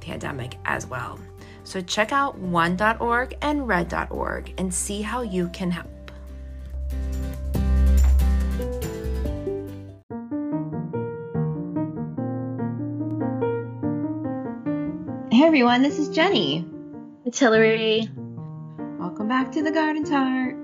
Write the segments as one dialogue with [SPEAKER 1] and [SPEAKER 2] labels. [SPEAKER 1] pandemic as well. So check out one.org and red.org and see how you can help. Hey everyone, this is Jenny.
[SPEAKER 2] It's Hillary.
[SPEAKER 1] Welcome back to the Garden Tart.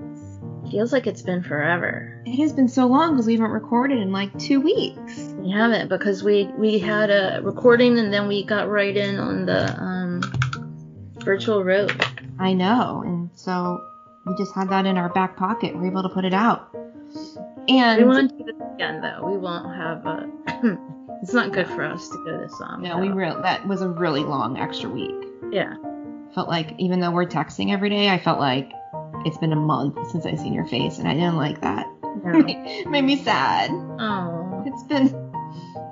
[SPEAKER 2] Feels like it's been forever.
[SPEAKER 1] It has been so long because we haven't recorded in like two weeks.
[SPEAKER 2] We haven't because we we had a recording and then we got right in on the um, virtual road.
[SPEAKER 1] I know, and so we just had that in our back pocket. We are able to put it out.
[SPEAKER 2] we
[SPEAKER 1] And
[SPEAKER 2] want to do this again though. We won't have a. hmm, it's not good for us to go this long.
[SPEAKER 1] no, we real that was a really long extra week.
[SPEAKER 2] Yeah.
[SPEAKER 1] felt like even though we're texting every day, I felt like it's been a month since I've seen your face, and I didn't like that.
[SPEAKER 2] No.
[SPEAKER 1] made me sad.
[SPEAKER 2] oh.
[SPEAKER 1] It's been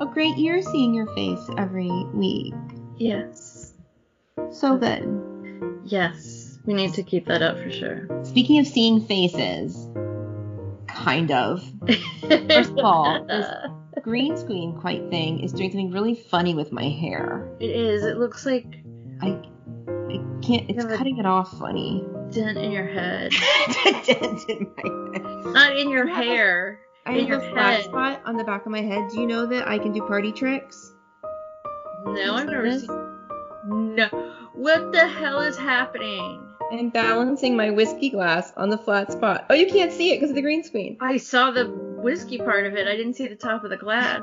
[SPEAKER 1] a great year seeing your face every week.
[SPEAKER 2] Yes.
[SPEAKER 1] So good.
[SPEAKER 2] Yes. We need to keep that up for sure.
[SPEAKER 1] Speaking of seeing faces, kind of. First of all, this green screen quite thing is doing something really funny with my hair.
[SPEAKER 2] it is. It looks like
[SPEAKER 1] I, I can't. It's
[SPEAKER 2] Yeah, but-
[SPEAKER 1] cutting it off funny.
[SPEAKER 2] dent in your head.
[SPEAKER 1] I didn't do my hair.
[SPEAKER 2] Not in your
[SPEAKER 1] You have a-
[SPEAKER 2] hair.
[SPEAKER 1] I
[SPEAKER 2] In
[SPEAKER 1] have
[SPEAKER 2] your
[SPEAKER 1] a flat
[SPEAKER 2] head.
[SPEAKER 1] spot on the back of my head. Do you know that I can do party tricks?
[SPEAKER 2] No, I've never
[SPEAKER 1] Yes.
[SPEAKER 2] seen. No. What the hell is happening?
[SPEAKER 1] I'm balancing my whiskey glass on the flat spot. Oh, you can't see it because of the green screen.
[SPEAKER 2] I saw the whiskey part of it. I didn't see the top of the glass.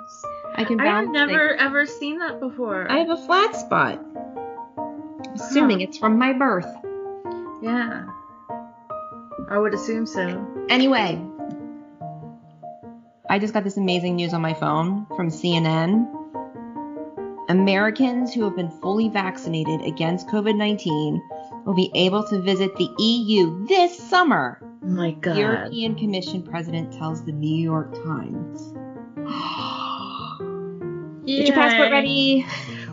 [SPEAKER 1] I can
[SPEAKER 2] I
[SPEAKER 1] balance.
[SPEAKER 2] have never ever seen that before.
[SPEAKER 1] I have a flat spot. Assuming it's from my birth.
[SPEAKER 2] yeah. I would assume so.
[SPEAKER 1] Anyway, I just got this amazing news on my phone from CNN. Americans who have been fully vaccinated against COVID 19 will be able to visit the EU this summer.
[SPEAKER 2] Oh my God.
[SPEAKER 1] European Commission president tells the New York Times. Get your passport
[SPEAKER 2] Yay.
[SPEAKER 1] ready.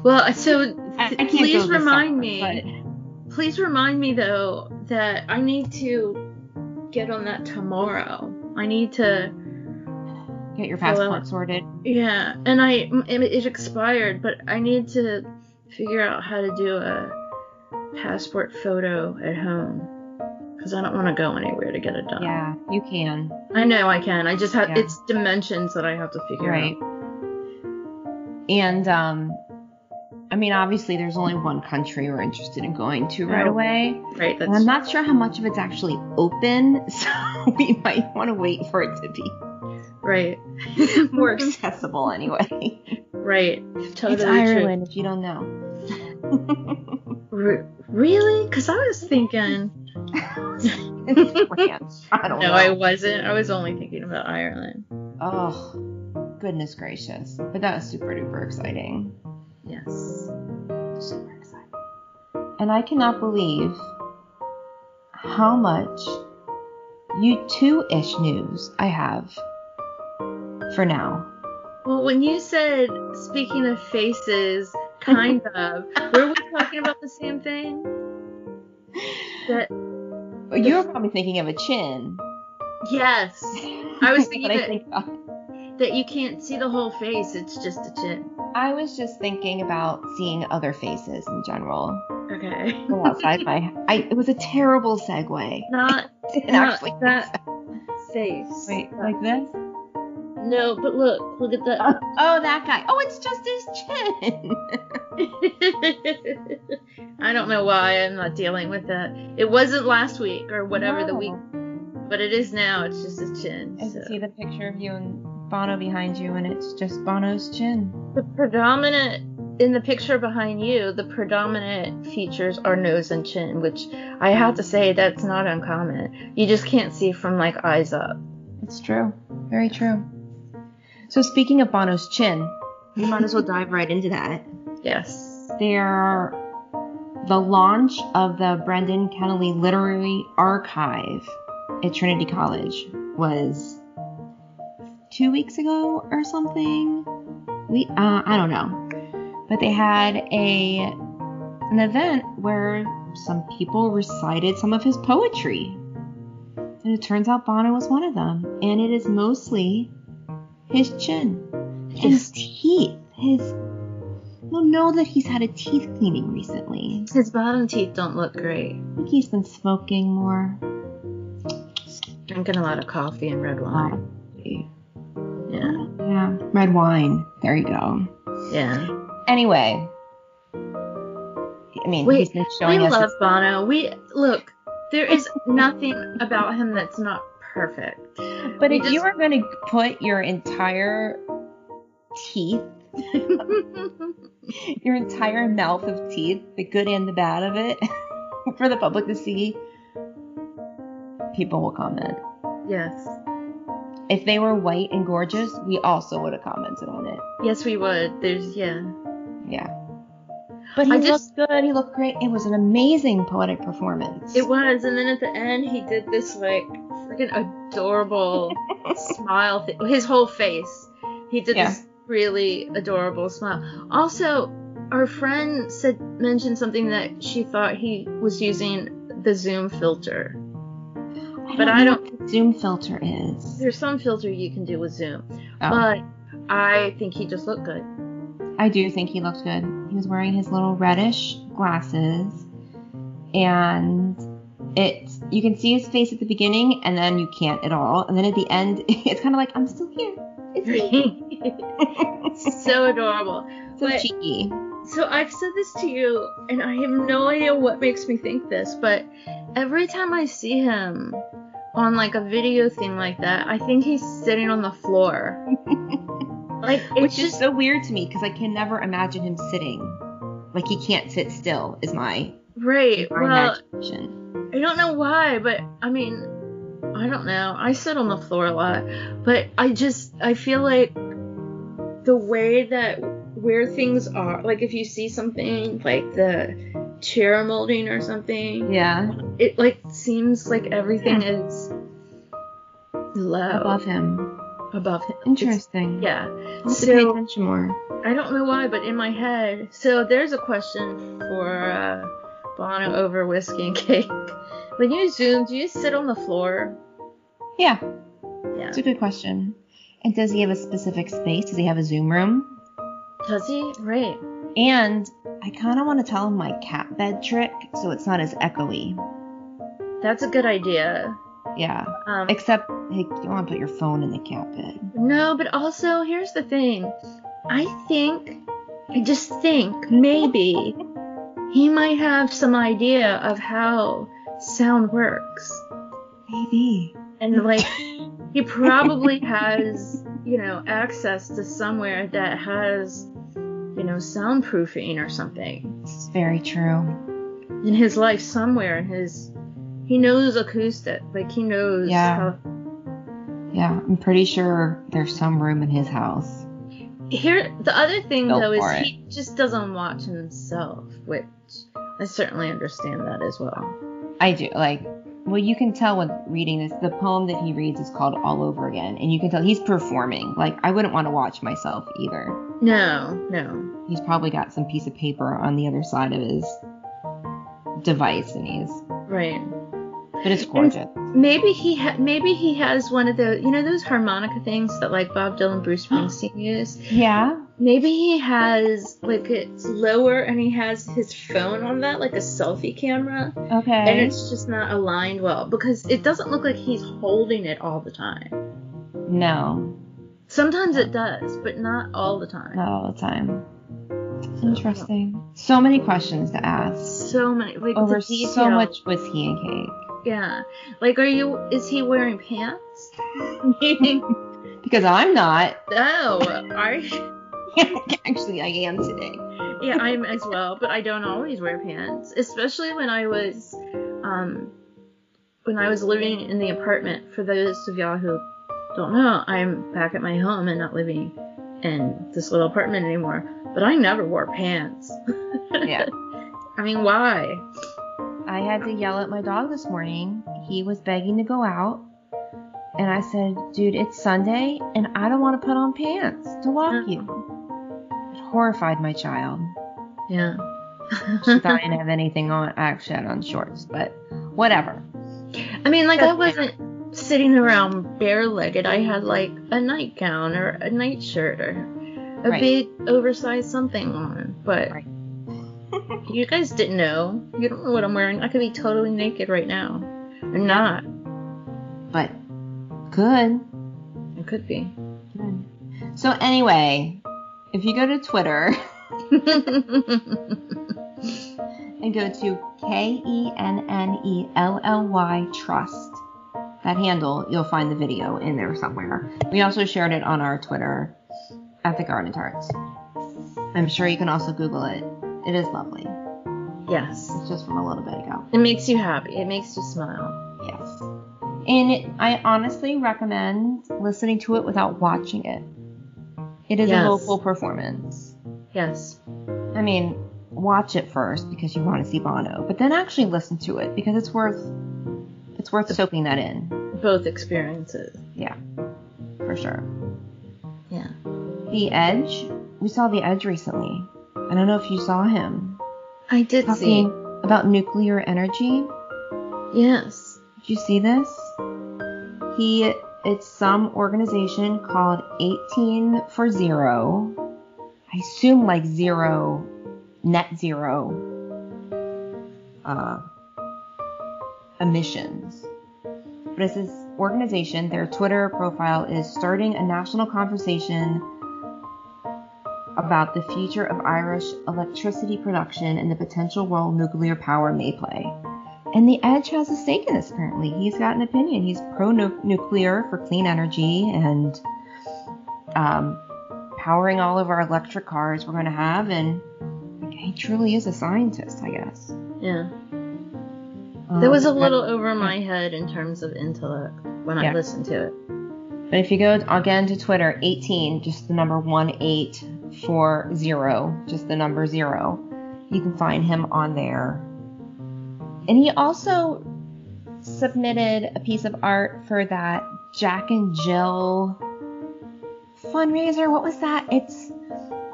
[SPEAKER 2] Well, so
[SPEAKER 1] I- I can't go
[SPEAKER 2] please
[SPEAKER 1] this
[SPEAKER 2] remind
[SPEAKER 1] summer, but-
[SPEAKER 2] me. Please remind me though that I need to get on that tomorrow. I need to.
[SPEAKER 1] Get your
[SPEAKER 2] Hello.
[SPEAKER 1] passport sorted.
[SPEAKER 2] Yeah, and I m- it, it expired, but I need to figure out how to do a passport photo at home because I don't want to go anywhere to get it done.
[SPEAKER 1] Yeah, you can.
[SPEAKER 2] I know I can. I just have
[SPEAKER 1] Yeah.
[SPEAKER 2] it's dimensions that I have to figure
[SPEAKER 1] Right.
[SPEAKER 2] out.
[SPEAKER 1] And um I mean obviously there's only one country we're interested in going to right
[SPEAKER 2] Oh,
[SPEAKER 1] away.
[SPEAKER 2] Right.
[SPEAKER 1] And I'm
[SPEAKER 2] That's
[SPEAKER 1] not sure how much of it's actually open, so we might want to wait for it to be
[SPEAKER 2] right.
[SPEAKER 1] more accessible anyway.
[SPEAKER 2] right. Totally
[SPEAKER 1] it's
[SPEAKER 2] true.
[SPEAKER 1] Ireland if you don't know.
[SPEAKER 2] Re- really? Because I was thinking.
[SPEAKER 1] It's France. I
[SPEAKER 2] No,
[SPEAKER 1] don't
[SPEAKER 2] I
[SPEAKER 1] know.
[SPEAKER 2] wasn't. I was only thinking about Ireland.
[SPEAKER 1] Oh, goodness gracious. But that was super duper exciting.
[SPEAKER 2] Yes.
[SPEAKER 1] Super excited. And I cannot believe how much you two ish news I have for now.
[SPEAKER 2] Well, when you said speaking of faces, kind of, were we talking about the same thing? That
[SPEAKER 1] You're probably thinking of a chin.
[SPEAKER 2] yes, I was thinking
[SPEAKER 1] But I
[SPEAKER 2] that-
[SPEAKER 1] think-
[SPEAKER 2] that you can't see the whole face; it's just a chin.
[SPEAKER 1] I was just thinking about seeing other faces in general.
[SPEAKER 2] Okay.
[SPEAKER 1] From outside my, I, it was a terrible segue.
[SPEAKER 2] Not
[SPEAKER 1] It
[SPEAKER 2] not
[SPEAKER 1] actually
[SPEAKER 2] that face.
[SPEAKER 1] wait like this.
[SPEAKER 2] No, but look, look at
[SPEAKER 1] Oh,
[SPEAKER 2] that.
[SPEAKER 1] oh, that guy. Oh, it's just his chin.
[SPEAKER 2] I don't know why I'm not dealing with that. It wasn't last week or whatever the
[SPEAKER 1] No.
[SPEAKER 2] week, but it is now. It's just a chin.
[SPEAKER 1] I
[SPEAKER 2] so.
[SPEAKER 1] see the picture of you and Bono behind you, and it's just Bono's chin.
[SPEAKER 2] The predominant in the picture behind you, the predominant features are nose and chin, which I have to say that's not uncommon. You just can't see from like eyes up.
[SPEAKER 1] It's true. Very true. So, speaking of Bono's chin, we might as well dive right into that.
[SPEAKER 2] Yes.
[SPEAKER 1] There the launch of the Brendan Kennelly Literary Archive at Trinity College was two weeks ago or something. We uh, I don't know, but they had a an event where some people recited some of his poetry, and it turns out Bono was one of them, and it is mostly his chin, his teeth, his. You'll know that he's had a teeth cleaning recently.
[SPEAKER 2] His bottom teeth don't look great.
[SPEAKER 1] I think he's been smoking more.
[SPEAKER 2] Drinking a lot of coffee and red wine.
[SPEAKER 1] Probably.
[SPEAKER 2] Yeah.
[SPEAKER 1] Yeah. Red wine. There you go.
[SPEAKER 2] Yeah.
[SPEAKER 1] Anyway. I mean,
[SPEAKER 2] Wait,
[SPEAKER 1] he's been
[SPEAKER 2] We
[SPEAKER 1] showing us.
[SPEAKER 2] love Bono. We look, there is nothing about him that's not perfect.
[SPEAKER 1] but
[SPEAKER 2] we
[SPEAKER 1] if you
[SPEAKER 2] just-
[SPEAKER 1] were going to put your entire teeth, your entire mouth of teeth, the good and the bad of it, for the public to see, people will comment.
[SPEAKER 2] yes.
[SPEAKER 1] If they were white and gorgeous, we also would have commented on it.
[SPEAKER 2] Yes, we would. There's yeah.
[SPEAKER 1] Yeah. But he
[SPEAKER 2] I
[SPEAKER 1] looked
[SPEAKER 2] just-
[SPEAKER 1] good. He looked great. It was an amazing poetic performance.
[SPEAKER 2] It was, and then at the end he did this like freaking adorable smile. Th- his whole face. He did
[SPEAKER 1] Yeah.
[SPEAKER 2] this really adorable smile. Also, our friend said mentioned something that she thought he was using the zoom filter. but I
[SPEAKER 1] know
[SPEAKER 2] don't-
[SPEAKER 1] what the Zoom filter is.
[SPEAKER 2] There's some filter you can do with zoom,
[SPEAKER 1] Oh,
[SPEAKER 2] but I think he just looked good.
[SPEAKER 1] I do think he looked good. He was wearing his little reddish glasses, and it you can see his face at the beginning, and then you can't at all. And then at the end, it's kind of like I'm still here. It's me.
[SPEAKER 2] so adorable.
[SPEAKER 1] so
[SPEAKER 2] but-
[SPEAKER 1] cheeky.
[SPEAKER 2] So I've said this to you, and I have no idea what makes me think this, but every time I see him on like a video thing like that, I think he's sitting on the floor. like it's
[SPEAKER 1] Which
[SPEAKER 2] just
[SPEAKER 1] is so weird to me because I can never imagine him sitting. Like he can't sit still is my,
[SPEAKER 2] right.
[SPEAKER 1] my
[SPEAKER 2] Well,
[SPEAKER 1] imagination.
[SPEAKER 2] I don't know why, but I mean, I don't know. I sit on the floor a lot, but I just I feel like the way that where things are, like if you see something like the chair molding or something,
[SPEAKER 1] Yeah,
[SPEAKER 2] it like seems like everything is low
[SPEAKER 1] above him.
[SPEAKER 2] above him. It's-
[SPEAKER 1] Interesting.
[SPEAKER 2] yeah.
[SPEAKER 1] I'll have to pay
[SPEAKER 2] So-
[SPEAKER 1] attention more.
[SPEAKER 2] I don't know why, but in my head. So there's a question for uh, Bono over whiskey and cake. When you zoom, do you sit on the floor?
[SPEAKER 1] Yeah,
[SPEAKER 2] Yeah.
[SPEAKER 1] it's a good question. And does he have a specific space? Does he have a Zoom room?
[SPEAKER 2] Does he? Right.
[SPEAKER 1] And I kind of want to tell him my cat bed trick so it's not as echoey.
[SPEAKER 2] That's a good idea.
[SPEAKER 1] Yeah.
[SPEAKER 2] Um,
[SPEAKER 1] Except hey, you don't want to put your phone in the cat bed.
[SPEAKER 2] no, but also here's the thing. I think, I just think maybe he might have some idea of how sound works.
[SPEAKER 1] Maybe.
[SPEAKER 2] and like he probably has you know access to somewhere that has you know soundproofing or something
[SPEAKER 1] It's very true.
[SPEAKER 2] in his life somewhere in his he knows acoustic like he knows
[SPEAKER 1] Yeah.
[SPEAKER 2] how
[SPEAKER 1] Yeah, I'm pretty sure there's some room in his house.
[SPEAKER 2] here the other thing
[SPEAKER 1] Go
[SPEAKER 2] though is
[SPEAKER 1] for it.
[SPEAKER 2] he just doesn't watch himself which i certainly understand that as well
[SPEAKER 1] I do like. Well, you can tell when reading this. The poem that he reads is called All Over Again, and you can tell he's performing. Like I wouldn't want to watch myself either.
[SPEAKER 2] no no
[SPEAKER 1] He's probably got some piece of paper on the other side of his device, and he's.
[SPEAKER 2] right
[SPEAKER 1] But it's gorgeous.
[SPEAKER 2] maybe he ha- maybe he has one of the you know those harmonica things that like bob dylan bruce springsteen used
[SPEAKER 1] Yeah.
[SPEAKER 2] Maybe he has like it's lower and he has his phone on that, like a selfie camera, and
[SPEAKER 1] Okay.
[SPEAKER 2] it's just not aligned well because it doesn't look like he's holding it all the time.
[SPEAKER 1] No,
[SPEAKER 2] Sometimes it does, but not all the time.
[SPEAKER 1] not all the time. Interesting. So many questions to ask.
[SPEAKER 2] So many like
[SPEAKER 1] Over
[SPEAKER 2] the detail.
[SPEAKER 1] so much whiskey and cake.
[SPEAKER 2] Yeah. Like, are you? Is he wearing pants? Meaning,
[SPEAKER 1] Because I'm not.
[SPEAKER 2] no. I
[SPEAKER 1] Actually, I am today.
[SPEAKER 2] yeah, I'm as well, but I don't always wear pants, especially when I was um when I was living in the apartment. For those of y'all who don't know, I'm back at my home and not living in this little apartment anymore, but I never wore pants.
[SPEAKER 1] Yeah.
[SPEAKER 2] I mean, why?
[SPEAKER 1] I had to yell at my dog this morning. He was begging to go out. And I said, dude, it's Sunday and I don't want to put on pants to walk you. It horrified my child.
[SPEAKER 2] Yeah.
[SPEAKER 1] She thought I didn't have anything on. I actually had on shorts, but whatever.
[SPEAKER 2] I mean, like, I wasn't sitting around bare-legged. I had, like, a nightgown or a nightshirt or a
[SPEAKER 1] Right.
[SPEAKER 2] big oversized something on. But
[SPEAKER 1] Right.
[SPEAKER 2] you guys didn't know. You don't know what I'm wearing. I could be totally naked right now. I'm not.
[SPEAKER 1] But good.
[SPEAKER 2] I could be.
[SPEAKER 1] Good. So anyway, if you go to Twitter and go to K E N N E L L Y Trust. That handle, you'll find the video in there somewhere. We also shared it on our Twitter at the Garden Tarts. I'm sure you can also Google it. It is lovely.
[SPEAKER 2] yes.
[SPEAKER 1] It's just from a little bit ago.
[SPEAKER 2] It makes you happy. It makes you smile.
[SPEAKER 1] Yes. And it, I honestly recommend listening to it without watching it. It is
[SPEAKER 2] Yes.
[SPEAKER 1] a vocal performance.
[SPEAKER 2] Yes.
[SPEAKER 1] I mean, watch it first because you want to see Bono, but then actually listen to it because it's worth it's worth soaking that in.
[SPEAKER 2] Both experiences.
[SPEAKER 1] Yeah, for sure.
[SPEAKER 2] Yeah.
[SPEAKER 1] The Edge, we saw The Edge recently. I don't know if you saw him
[SPEAKER 2] I did
[SPEAKER 1] talking about nuclear energy.
[SPEAKER 2] see. Yes.
[SPEAKER 1] Did you see this? He it's some organization called 18 for Zero. I assume like zero net zero uh, emissions. But it's this organization, their Twitter profile is starting a national conversation about the future of Irish electricity production and the potential role nuclear power may play. And the Edge has a stake in this, apparently. He's got an opinion. He's pro nu- nuclear for clean energy and um, powering all of our electric cars we're going to have. And like, he truly is a scientist, I guess.
[SPEAKER 2] Yeah.
[SPEAKER 1] Um,
[SPEAKER 2] That was a
[SPEAKER 1] but-
[SPEAKER 2] little over my head in terms of intellect when I
[SPEAKER 1] Yeah.
[SPEAKER 2] listened to it.
[SPEAKER 1] But if you go again to Twitter, 18, just the number 1840, just the number zero, you can find him on there. And he also submitted a piece of art for that Jack and Jill fundraiser. What was that? It's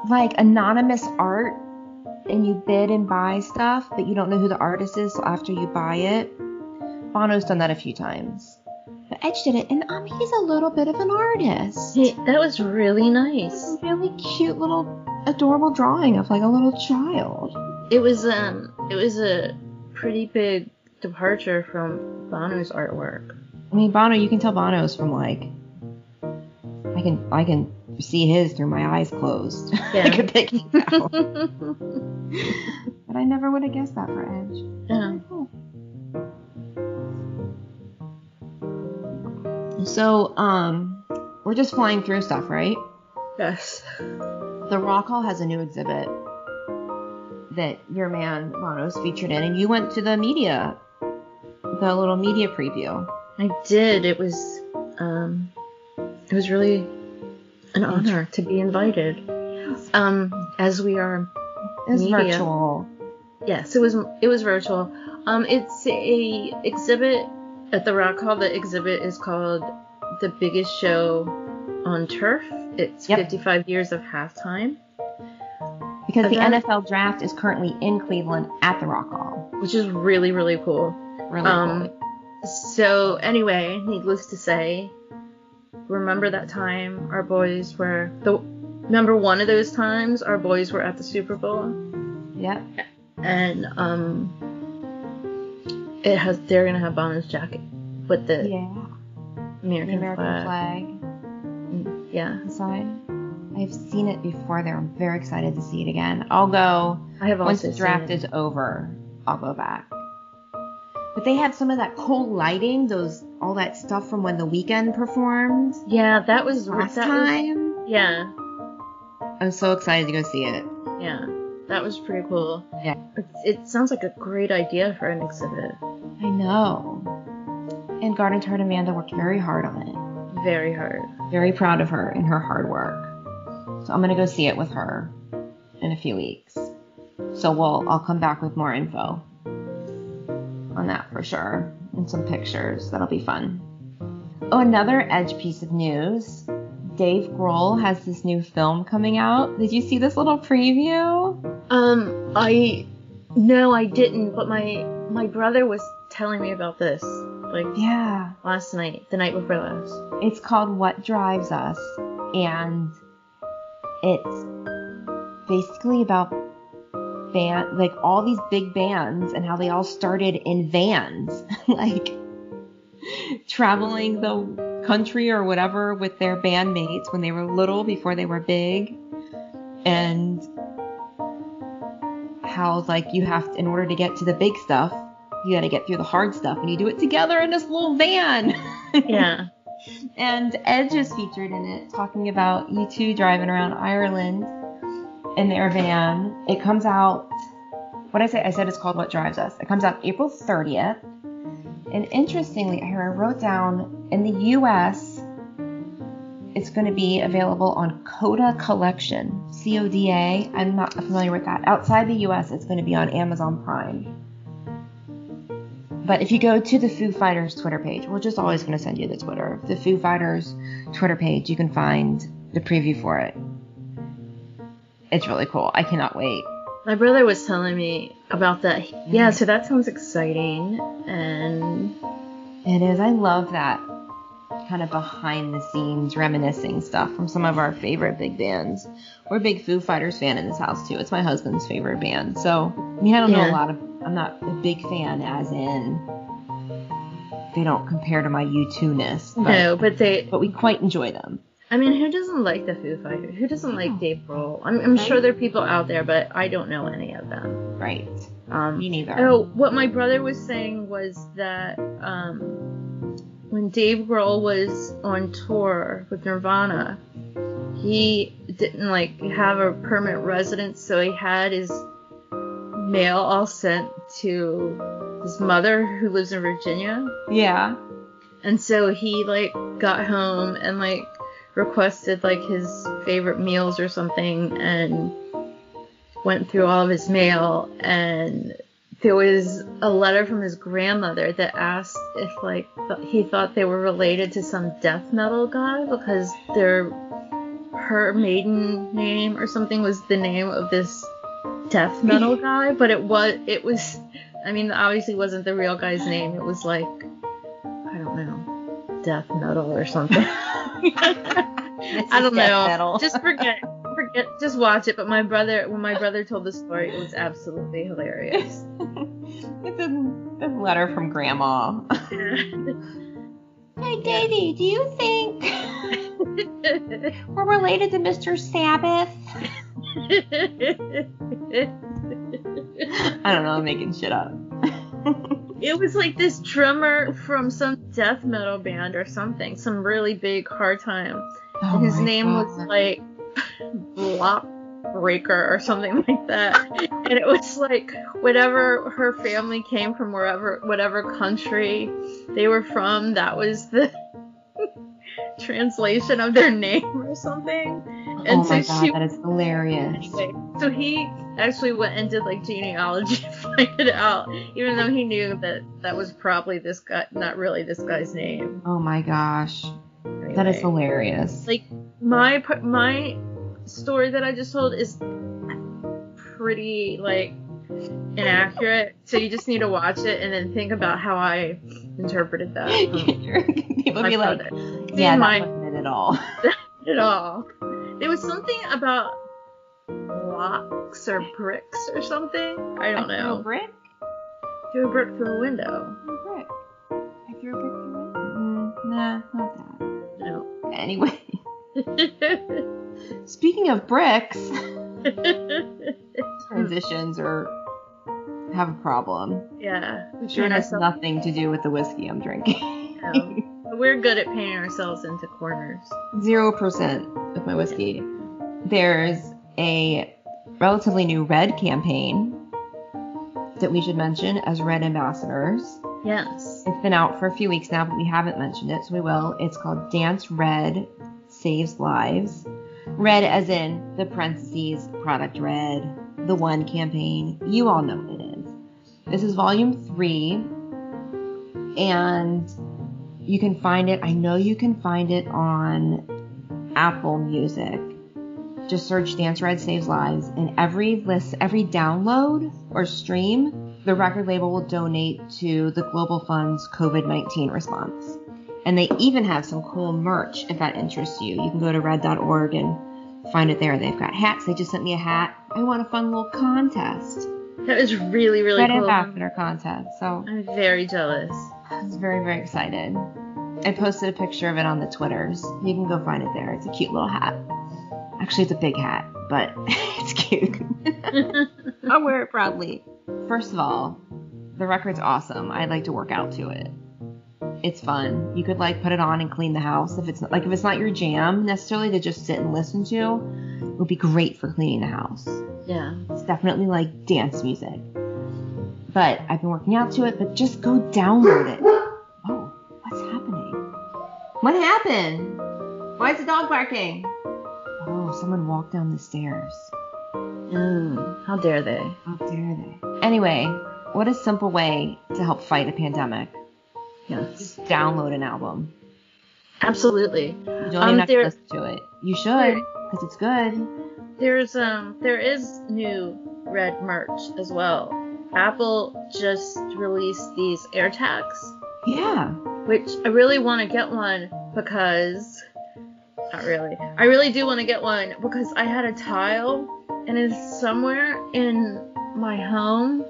[SPEAKER 1] like anonymous art, and you bid and buy stuff, but you don't know who the artist is, so after you buy it, Bono's done that a few times. But Edge did it, and um, he's a little bit of an artist.
[SPEAKER 2] Hey, that was really nice.
[SPEAKER 1] It's a really cute little adorable drawing of like a little child.
[SPEAKER 2] It was um it was a pretty big departure from Bono's artwork.
[SPEAKER 1] I mean, Bono, you can tell Bono's from like I can I can see his through my eyes closed.
[SPEAKER 2] Yeah.
[SPEAKER 1] I could pick him out.
[SPEAKER 2] Um,
[SPEAKER 1] but I never would have guessed that for Edge.
[SPEAKER 2] yeah.
[SPEAKER 1] So, um, we're just flying through stuff, right?
[SPEAKER 2] Yes.
[SPEAKER 1] The Rock Hall has a new exhibit that your man Bono's featured in, and you went to the media, the little media preview.
[SPEAKER 2] I did. It was um it was really an honor to be invited. Um as we are
[SPEAKER 1] It was
[SPEAKER 2] Media.
[SPEAKER 1] virtual.
[SPEAKER 2] Yes, it was it was virtual. Um, it's a exhibit at the Rock Hall. The exhibit is called "The Biggest Show on Turf." It's
[SPEAKER 1] Yep.
[SPEAKER 2] 55 years of halftime,
[SPEAKER 1] Because the
[SPEAKER 2] Event.
[SPEAKER 1] NFL draft is currently in Cleveland at the Rock Hall.
[SPEAKER 2] which is really really cool.
[SPEAKER 1] Really
[SPEAKER 2] Um, so anyway, needless to say, remember that time our boys were the number one of those times our boys were at the Super Bowl.
[SPEAKER 1] cool. Yep.
[SPEAKER 2] Uh, and um, it has they're gonna have Bono's jacket with the
[SPEAKER 1] Yeah. The
[SPEAKER 2] American,
[SPEAKER 1] American
[SPEAKER 2] flag.
[SPEAKER 1] flag
[SPEAKER 2] Mm, Yeah,
[SPEAKER 1] inside. I've seen it before there. I'm very excited to see it again. I'll go
[SPEAKER 2] I have
[SPEAKER 1] once
[SPEAKER 2] also
[SPEAKER 1] the draft
[SPEAKER 2] seen it.
[SPEAKER 1] is over. I'll go back. But they had some of that cool lighting, those all that stuff from when the weekend performed
[SPEAKER 2] Yeah, that was
[SPEAKER 1] last
[SPEAKER 2] that
[SPEAKER 1] time.
[SPEAKER 2] Was, yeah,
[SPEAKER 1] I'm so excited to go see it.
[SPEAKER 2] yeah, that was pretty cool.
[SPEAKER 1] Yeah.
[SPEAKER 2] it, it sounds like a great idea for an exhibit.
[SPEAKER 1] I know. And Garden Tart Amanda worked very hard on it.
[SPEAKER 2] Very hard.
[SPEAKER 1] very proud of her and her hard work. So I'm going to go see it with her in a few weeks. So we'll I'll come back with more info on that for sure and some pictures. That'll be fun. Oh, another edge piece of news. Dave Grohl has this new film coming out. Did you see this little preview?
[SPEAKER 2] Um, I no, I didn't. But my my brother was telling me about this like
[SPEAKER 1] Yeah.
[SPEAKER 2] last night, the night before last.
[SPEAKER 1] It's called What Drives Us, and it's basically about band, like all these big bands and how they all started in vans, like traveling the country or whatever with their bandmates when they were little before they were big, and how like you have to, in order to get to the big stuff, you got to get through the hard stuff, and you do it together in this little van.
[SPEAKER 2] Yeah.
[SPEAKER 1] And Edge is featured in it, talking about you two driving around Ireland in their van. It comes out, what I say, I said it's called What Drives Us. It comes out April 30th. And interestingly, I wrote down in the US, it's going to be available on Coda Collection, C O D A. I'm not familiar with that. Outside the US, it's going to be on Amazon Prime. But if you go to the Foo Fighters Twitter page, we're just always going to send you the Twitter. The Foo Fighters Twitter page, you can find the preview for it. It's really cool. I cannot wait.
[SPEAKER 2] My brother was telling me about that. Yeah, so that sounds exciting. And
[SPEAKER 1] It is. I love that kind of behind the scenes reminiscing stuff from some of our favorite big bands. We're a big Foo Fighters fan in this house too. It's my husband's favorite band. So I mean, I don't know
[SPEAKER 2] Yeah.
[SPEAKER 1] a lot of. I'm not a big fan, as in they don't compare to my U2 ness. But,
[SPEAKER 2] no, but they
[SPEAKER 1] But we quite enjoy them.
[SPEAKER 2] I mean, who doesn't like the Foo Fighters? Who doesn't
[SPEAKER 1] No.
[SPEAKER 2] like Dave Grohl? I'm, I'm
[SPEAKER 1] Right.
[SPEAKER 2] sure there are people out there, but I don't know any of them.
[SPEAKER 1] Right. Me
[SPEAKER 2] Um,
[SPEAKER 1] neither.
[SPEAKER 2] oh, what my brother was saying was that um, when Dave Grohl was on tour with Nirvana, he didn't like have a permanent residence, so he had his mail all sent to his mother, who lives in Virginia.
[SPEAKER 1] Yeah.
[SPEAKER 2] And so he like got home and like requested like his favorite meals or something and went through all of his mail and there was a letter from his grandmother that asked if like th- he thought they were related to some death metal guy because their her maiden name or something was the name of this death metal guy but it was it was I mean obviously wasn't the real guy's name it was like I don't know death metal or something I don't know. Just forget, forget, just watch it. But my brother, when my brother told the story, it was absolutely hilarious.
[SPEAKER 1] It's a, a letter from Grandma. Hey, Davy, do you think we're related to Mr. Sabbath?
[SPEAKER 2] it
[SPEAKER 1] I don't know. I'm making shit up.
[SPEAKER 2] was like this drummer from some death metal band or something, some really big hard time.
[SPEAKER 1] Oh
[SPEAKER 2] And his
[SPEAKER 1] my
[SPEAKER 2] name
[SPEAKER 1] God.
[SPEAKER 2] was like Blop Breaker or something like that. and it was like whatever her family came from, wherever, whatever country they were from, that was the translation of their name or something. and
[SPEAKER 1] oh my
[SPEAKER 2] so
[SPEAKER 1] God,
[SPEAKER 2] she-
[SPEAKER 1] that is hilarious.
[SPEAKER 2] Anyway, so he actually went and did like genealogy to find it out, even though he knew that that was probably this guy, not really this guy's name.
[SPEAKER 1] Oh my gosh, that
[SPEAKER 2] Anyway.
[SPEAKER 1] is hilarious.
[SPEAKER 2] Like- my pr- my story that I just told is pretty like inaccurate. so you just need to watch it and then think about how I interpreted that. from
[SPEAKER 1] People
[SPEAKER 2] my
[SPEAKER 1] be like,
[SPEAKER 2] brother.
[SPEAKER 1] yeah, that
[SPEAKER 2] mine.
[SPEAKER 1] wasn't it at all.
[SPEAKER 2] at all. There was something about blocks or bricks or something. I don't
[SPEAKER 1] A
[SPEAKER 2] know.
[SPEAKER 1] brick?
[SPEAKER 2] Threw a brick through a window.
[SPEAKER 1] A brick. I threw a brick through it. Mm, nah, not that.
[SPEAKER 2] No.
[SPEAKER 1] Anyway, speaking of bricks. transitions or have a problem.
[SPEAKER 2] yeah. We
[SPEAKER 1] Sure,
[SPEAKER 2] paint
[SPEAKER 1] it has
[SPEAKER 2] ourselves-
[SPEAKER 1] nothing to do with the whiskey I'm drinking.
[SPEAKER 2] no. But We're good at painting ourselves into corners.
[SPEAKER 1] Zero percent with my whiskey. There's a relatively new red campaign that we should mention as red ambassadors.
[SPEAKER 2] Yes.
[SPEAKER 1] It's been out for a few weeks now, but we haven't mentioned it, so we will. It's called Dance Red Saves Lives. Red as in the parentheses, product red, the the One campaign. You all know what it is. This is volume three, and you can find it. I know you can find it on Apple Music. Just search Dance Red Saves Lives, and every list, every download or stream, the record label will donate to the Global Fund's COVID 19 response. And they even have some cool merch if that interests you. You can go to red.org and find it there. They've got hats. They just sent me a hat. I won a fun little contest.
[SPEAKER 2] That is really, really
[SPEAKER 1] Red
[SPEAKER 2] cool.
[SPEAKER 1] Ambassador contest. So
[SPEAKER 2] I'm very jealous.
[SPEAKER 1] I was very, very excited. I posted a picture of it on the Twitters. You can go find it there. It's a cute little hat. Actually, it's a big hat, but it's cute. I wear it proudly. First of all, the record's awesome. I'd like to work out to it. It's fun. You could like put it on and clean the house if it's not, like if it's not your jam necessarily to just sit and listen to. It would be great for cleaning the house.
[SPEAKER 2] Yeah.
[SPEAKER 1] It's definitely like dance music. But I've been working out to it, but just go download it. Oh, what's happening? What happened? Why is the dog barking? Oh, someone walked down the stairs.
[SPEAKER 2] Mm, how dare they?
[SPEAKER 1] How dare they? Anyway, what a simple way to help fight a pandemic.
[SPEAKER 2] Yes.
[SPEAKER 1] Just download an album.
[SPEAKER 2] Absolutely.
[SPEAKER 1] You don't
[SPEAKER 2] Um,
[SPEAKER 1] even have to
[SPEAKER 2] there-
[SPEAKER 1] listen to it. You should, because it's good.
[SPEAKER 2] There's um there is new red merch as well. Apple just released these air tags,
[SPEAKER 1] Yeah.
[SPEAKER 2] which I really want to get one because not really. I really do want to get one because I had a tile and it's somewhere in my home,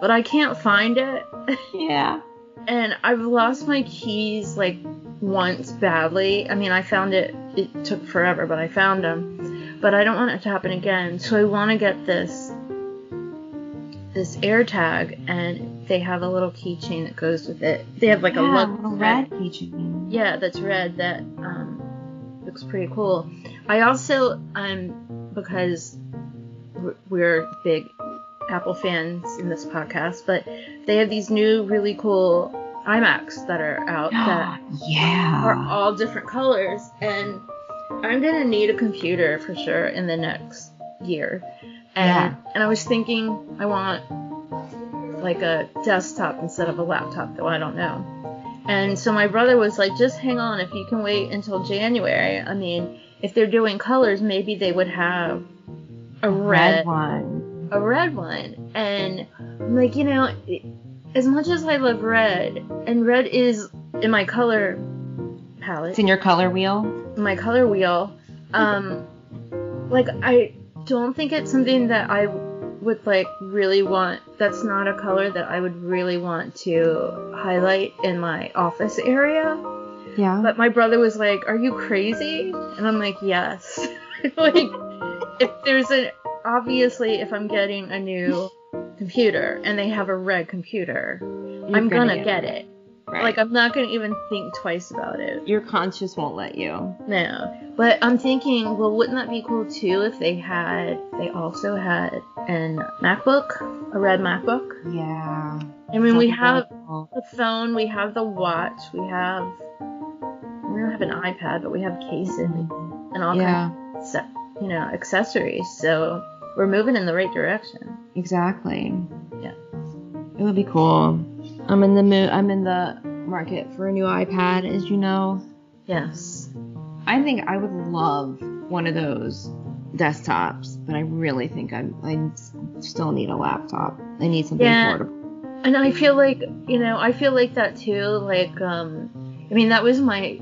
[SPEAKER 2] but I can't find it.
[SPEAKER 1] Yeah.
[SPEAKER 2] and I've lost my keys like once badly. I mean, I found it. It took forever, but I found them. But I don't want it to happen again, so I want to get this this air tag, and they have a little keychain that goes with it. They have like
[SPEAKER 1] yeah,
[SPEAKER 2] a look
[SPEAKER 1] little
[SPEAKER 2] thread.
[SPEAKER 1] red keychain.
[SPEAKER 2] Yeah, that's red. That um, looks pretty cool. I also um because we're- we're big Apple fans in this podcast, but they have these new really cool IMAX that are out
[SPEAKER 1] Oh,
[SPEAKER 2] that
[SPEAKER 1] yeah.
[SPEAKER 2] are all different colors, and I'm gonna need a computer for sure in the next year. And and I was thinking I want like a desktop instead of a laptop, though I don't know. And so my brother was like, just hang on, if you can wait until January. I mean, if they're doing colors, maybe they would have a red,
[SPEAKER 1] red one.
[SPEAKER 2] a red one. And I'm like, you know, it- as much as I love red, and red is in my color palette,
[SPEAKER 1] It's in your color wheel.
[SPEAKER 2] my color wheel. Um, like I don't think it's something that I would like really want. That's not a color that I would really want to highlight in my office area.
[SPEAKER 1] Yeah.
[SPEAKER 2] But my brother was like, "Are you crazy?" And I'm like, "Yes." like, if there's an obviously, if I'm getting a new computer and they have a red computer, I'm gonna, get it.
[SPEAKER 1] Right.
[SPEAKER 2] Like, I'm not gonna even think twice about it.
[SPEAKER 1] your conscience won't let you.
[SPEAKER 2] No, but I'm thinking, well, wouldn't that be cool too if they had, they also had an MacBook, a red MacBook.
[SPEAKER 1] Yeah.
[SPEAKER 2] I mean, we have the phone, we have the watch, we have, we don't have an iPad, but we have cases and all
[SPEAKER 1] Yeah.
[SPEAKER 2] kinds of, stuff, you know, accessories. So we're moving in the right direction.
[SPEAKER 1] Exactly.
[SPEAKER 2] Yeah.
[SPEAKER 1] It would be cool. I'm in the mo- I'm in the market for a new iPad, as you know.
[SPEAKER 2] Yes.
[SPEAKER 1] I think I would love one of those desktops, but I really think I'm I still need a laptop. I need something
[SPEAKER 2] Yeah.
[SPEAKER 1] portable.
[SPEAKER 2] And I feel like, you know, I feel like that too. Like, um, I mean, that was my,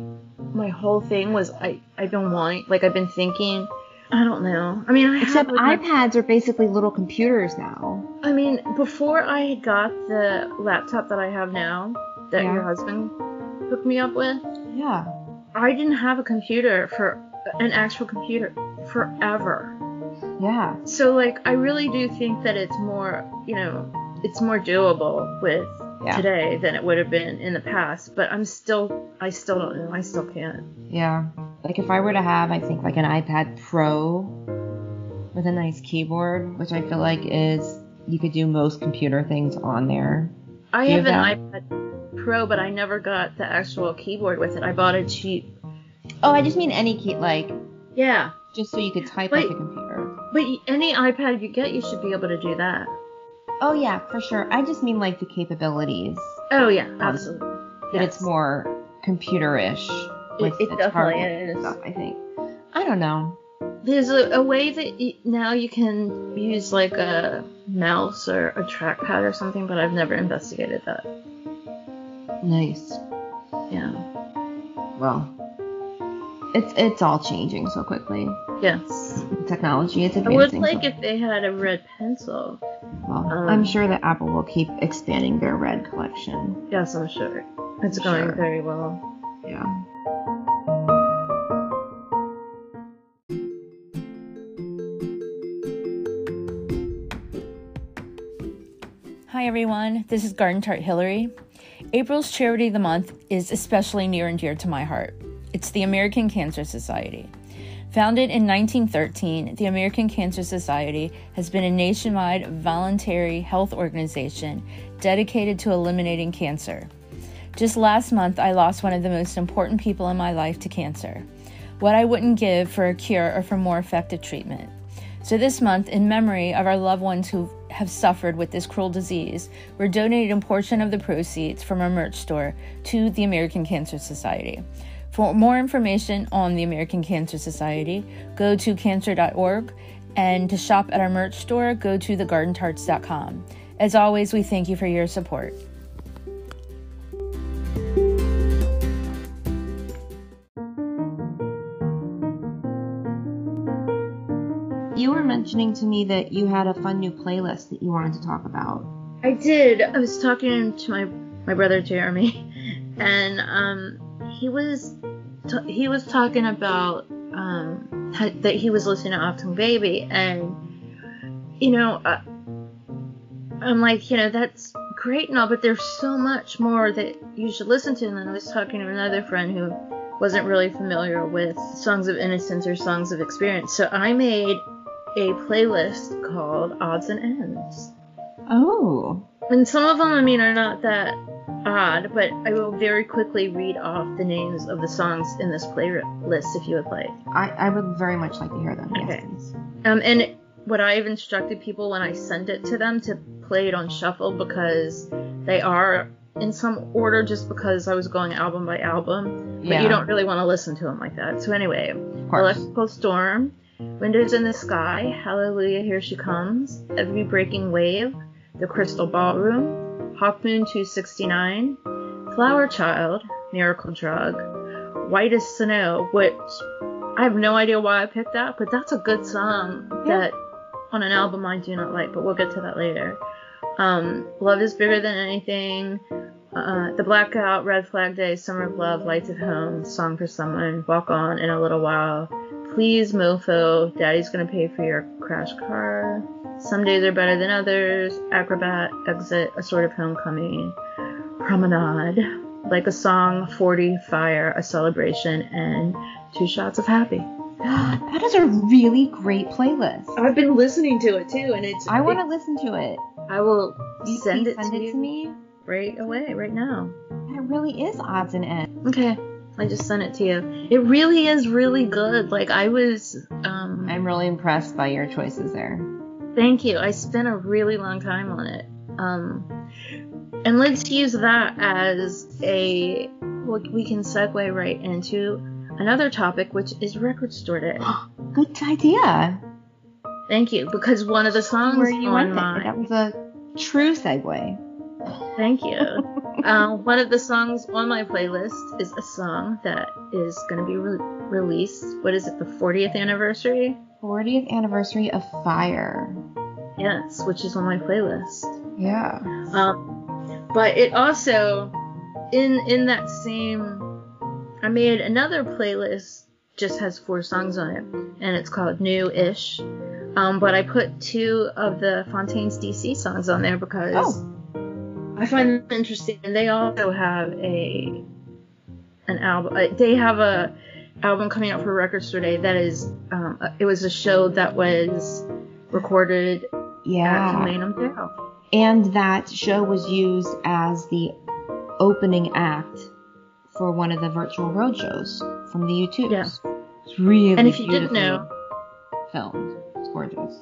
[SPEAKER 2] my whole thing was I, I've been wanting, like, I've been thinking, I don't know. I mean, I have,
[SPEAKER 1] Except
[SPEAKER 2] like, my-
[SPEAKER 1] iPads are basically little computers now.
[SPEAKER 2] I mean, before I got the laptop that I have now, that
[SPEAKER 1] Yeah.
[SPEAKER 2] your husband hooked me up with,
[SPEAKER 1] Yeah.
[SPEAKER 2] I didn't have a computer for an actual computer forever.
[SPEAKER 1] Yeah.
[SPEAKER 2] So, like, I really do think that it's more, you know, it's more doable with
[SPEAKER 1] Yeah.
[SPEAKER 2] today than it would have been in the past. But I'm still, I still don't know. I still can't.
[SPEAKER 1] Yeah. Like if I were to have, I think like an iPad Pro with a nice keyboard, which I feel like is you could do most computer things on there.
[SPEAKER 2] I
[SPEAKER 1] You
[SPEAKER 2] have an
[SPEAKER 1] have-
[SPEAKER 2] iPad Pro, but I never got the actual keyboard with it. I bought a cheap.
[SPEAKER 1] Oh, I just mean any key, like
[SPEAKER 2] Yeah.
[SPEAKER 1] just so you could type
[SPEAKER 2] Wait.
[SPEAKER 1] like a computer.
[SPEAKER 2] But y- any iPad you get, you should be able to do that.
[SPEAKER 1] Oh yeah, for sure. I just mean like the capabilities
[SPEAKER 2] Oh yeah, absolutely.
[SPEAKER 1] that
[SPEAKER 2] Yes.
[SPEAKER 1] Um, it's more computer-ish with
[SPEAKER 2] it
[SPEAKER 1] the
[SPEAKER 2] definitely
[SPEAKER 1] target and
[SPEAKER 2] is.
[SPEAKER 1] stuff. I think. I don't know.
[SPEAKER 2] There's a, a way that y now you can use like a mouse or a trackpad or something, but I've never investigated that.
[SPEAKER 1] Nice.
[SPEAKER 2] Yeah.
[SPEAKER 1] Well, it's it's all changing so quickly.
[SPEAKER 2] Yes.
[SPEAKER 1] Technology is
[SPEAKER 2] I would
[SPEAKER 1] advancing. so
[SPEAKER 2] like if they had a red pencil.
[SPEAKER 1] well.
[SPEAKER 2] um,
[SPEAKER 1] I'm sure that Apple will keep expanding their red collection.
[SPEAKER 2] Yes, I'm sure. It's
[SPEAKER 1] Sure.
[SPEAKER 2] going very well.
[SPEAKER 1] Yeah.
[SPEAKER 3] Hi everyone, this is Garden Tart Hillary. April's Charity of the Month is especially near and dear to my heart. It's the American Cancer Society. Founded in 1913, the American Cancer Society has been a nationwide voluntary health organization dedicated to eliminating cancer. Just last month, I lost one of the most important people in my life to cancer. What I wouldn't give for a cure or for more effective treatment. So, this month, in memory of our loved ones who have suffered with this cruel disease, we're donating a portion of the proceeds from our merch store to the American Cancer Society. For more information on the American Cancer Society, go to cancer.org and to shop at our merch store, go to thegardentarts.com. As always, we thank you for your support.
[SPEAKER 1] You were mentioning to me that you had a fun new playlist that you wanted to talk about.
[SPEAKER 2] I did. I was talking to my my brother Jeremy, and um, he was t- he was talking about um ha- that he was listening to Optum Baby, and you know, uh, I'm like, you know, that's great and all, but there's so much more that you should listen to. And then I was talking to another friend who wasn't really familiar with songs of innocence or songs of experience, so I made a playlist called Odds and Ends.
[SPEAKER 1] Oh.
[SPEAKER 2] And some of them, I mean, are not that odd, but I will very quickly read off the names of the songs in this playlist if you would like.
[SPEAKER 1] I, I would very much like to hear them. Yes,
[SPEAKER 2] Okay.
[SPEAKER 1] please.
[SPEAKER 2] Um, and what I've instructed people when I send it to them to play it on shuffle because they are in some order just because I was going album by album, but
[SPEAKER 1] Yeah.
[SPEAKER 2] you don't really want to listen to them like that. So anyway,
[SPEAKER 1] Of course.
[SPEAKER 2] Electrical Storm, Windows in the Sky, Hallelujah, Here She Comes, Every Breaking Wave, The Crystal Ballroom, Hawk Moon 269, Flower Child, Miracle Drug, White as Snow, which I have no idea why I picked that, but that's a good song
[SPEAKER 1] Yeah.
[SPEAKER 2] that on an album I do not like, but we'll get to that later. Um, Love is Bigger Than Anything, uh, The Blackout, Red Flag Day, Summer of Love, Lights at Home, Song for Someone, Walk On in a Little While, Please Mofo, Daddy's Gonna Pay for Your Crash Car, Some Days Are Better Than Others, Acrobat, Exit, A Sort of Homecoming, Promenade, Like a Song, 40, Fire, A Celebration, and Two Shots of Happy.
[SPEAKER 1] that is a really great playlist.
[SPEAKER 2] I've been listening to it too, and it's.
[SPEAKER 1] I want to listen to it.
[SPEAKER 2] I will
[SPEAKER 1] You
[SPEAKER 2] send
[SPEAKER 1] please
[SPEAKER 2] it,
[SPEAKER 1] send
[SPEAKER 2] to,
[SPEAKER 1] it
[SPEAKER 2] you
[SPEAKER 1] to me.
[SPEAKER 2] right away, right now.
[SPEAKER 1] It really is odds and ends.
[SPEAKER 2] Okay, I just sent it to you. It really is really good. Like I was. Um,
[SPEAKER 1] I'm really impressed by your choices there.
[SPEAKER 2] thank you. I spent a really long time on it. Um, and let's use that as a. Well, we can segue right into another topic, which is record store day.
[SPEAKER 1] Good idea.
[SPEAKER 2] Thank you, because one of the songs
[SPEAKER 1] Where you
[SPEAKER 2] on
[SPEAKER 1] went
[SPEAKER 2] mine.
[SPEAKER 1] there. That was a true segue.
[SPEAKER 2] Thank you. um, one of the songs on my playlist is a song that is going to be re- released. What is it? The 40th anniversary?
[SPEAKER 1] 40th anniversary of Fire.
[SPEAKER 2] Yes, which is on my playlist.
[SPEAKER 1] Yeah.
[SPEAKER 2] Um, but it also in in that same, I made another playlist just has four songs on it, and it's called New Ish. Um, but I put two of the Fontaine's DC songs on there because.
[SPEAKER 1] Oh,
[SPEAKER 2] I find them interesting, and they also have a an album. uh, They have a album coming out for Record Store Day that is. Um, uh, it was a show that was recorded at
[SPEAKER 1] yeah.
[SPEAKER 2] Lanham Dale.
[SPEAKER 1] And that show was used as the opening act for one of the virtual road shows from the YouTube.
[SPEAKER 2] Yeah.
[SPEAKER 1] It's really
[SPEAKER 2] And if you didn't
[SPEAKER 1] beautifully
[SPEAKER 2] know,
[SPEAKER 1] filmed. It's gorgeous.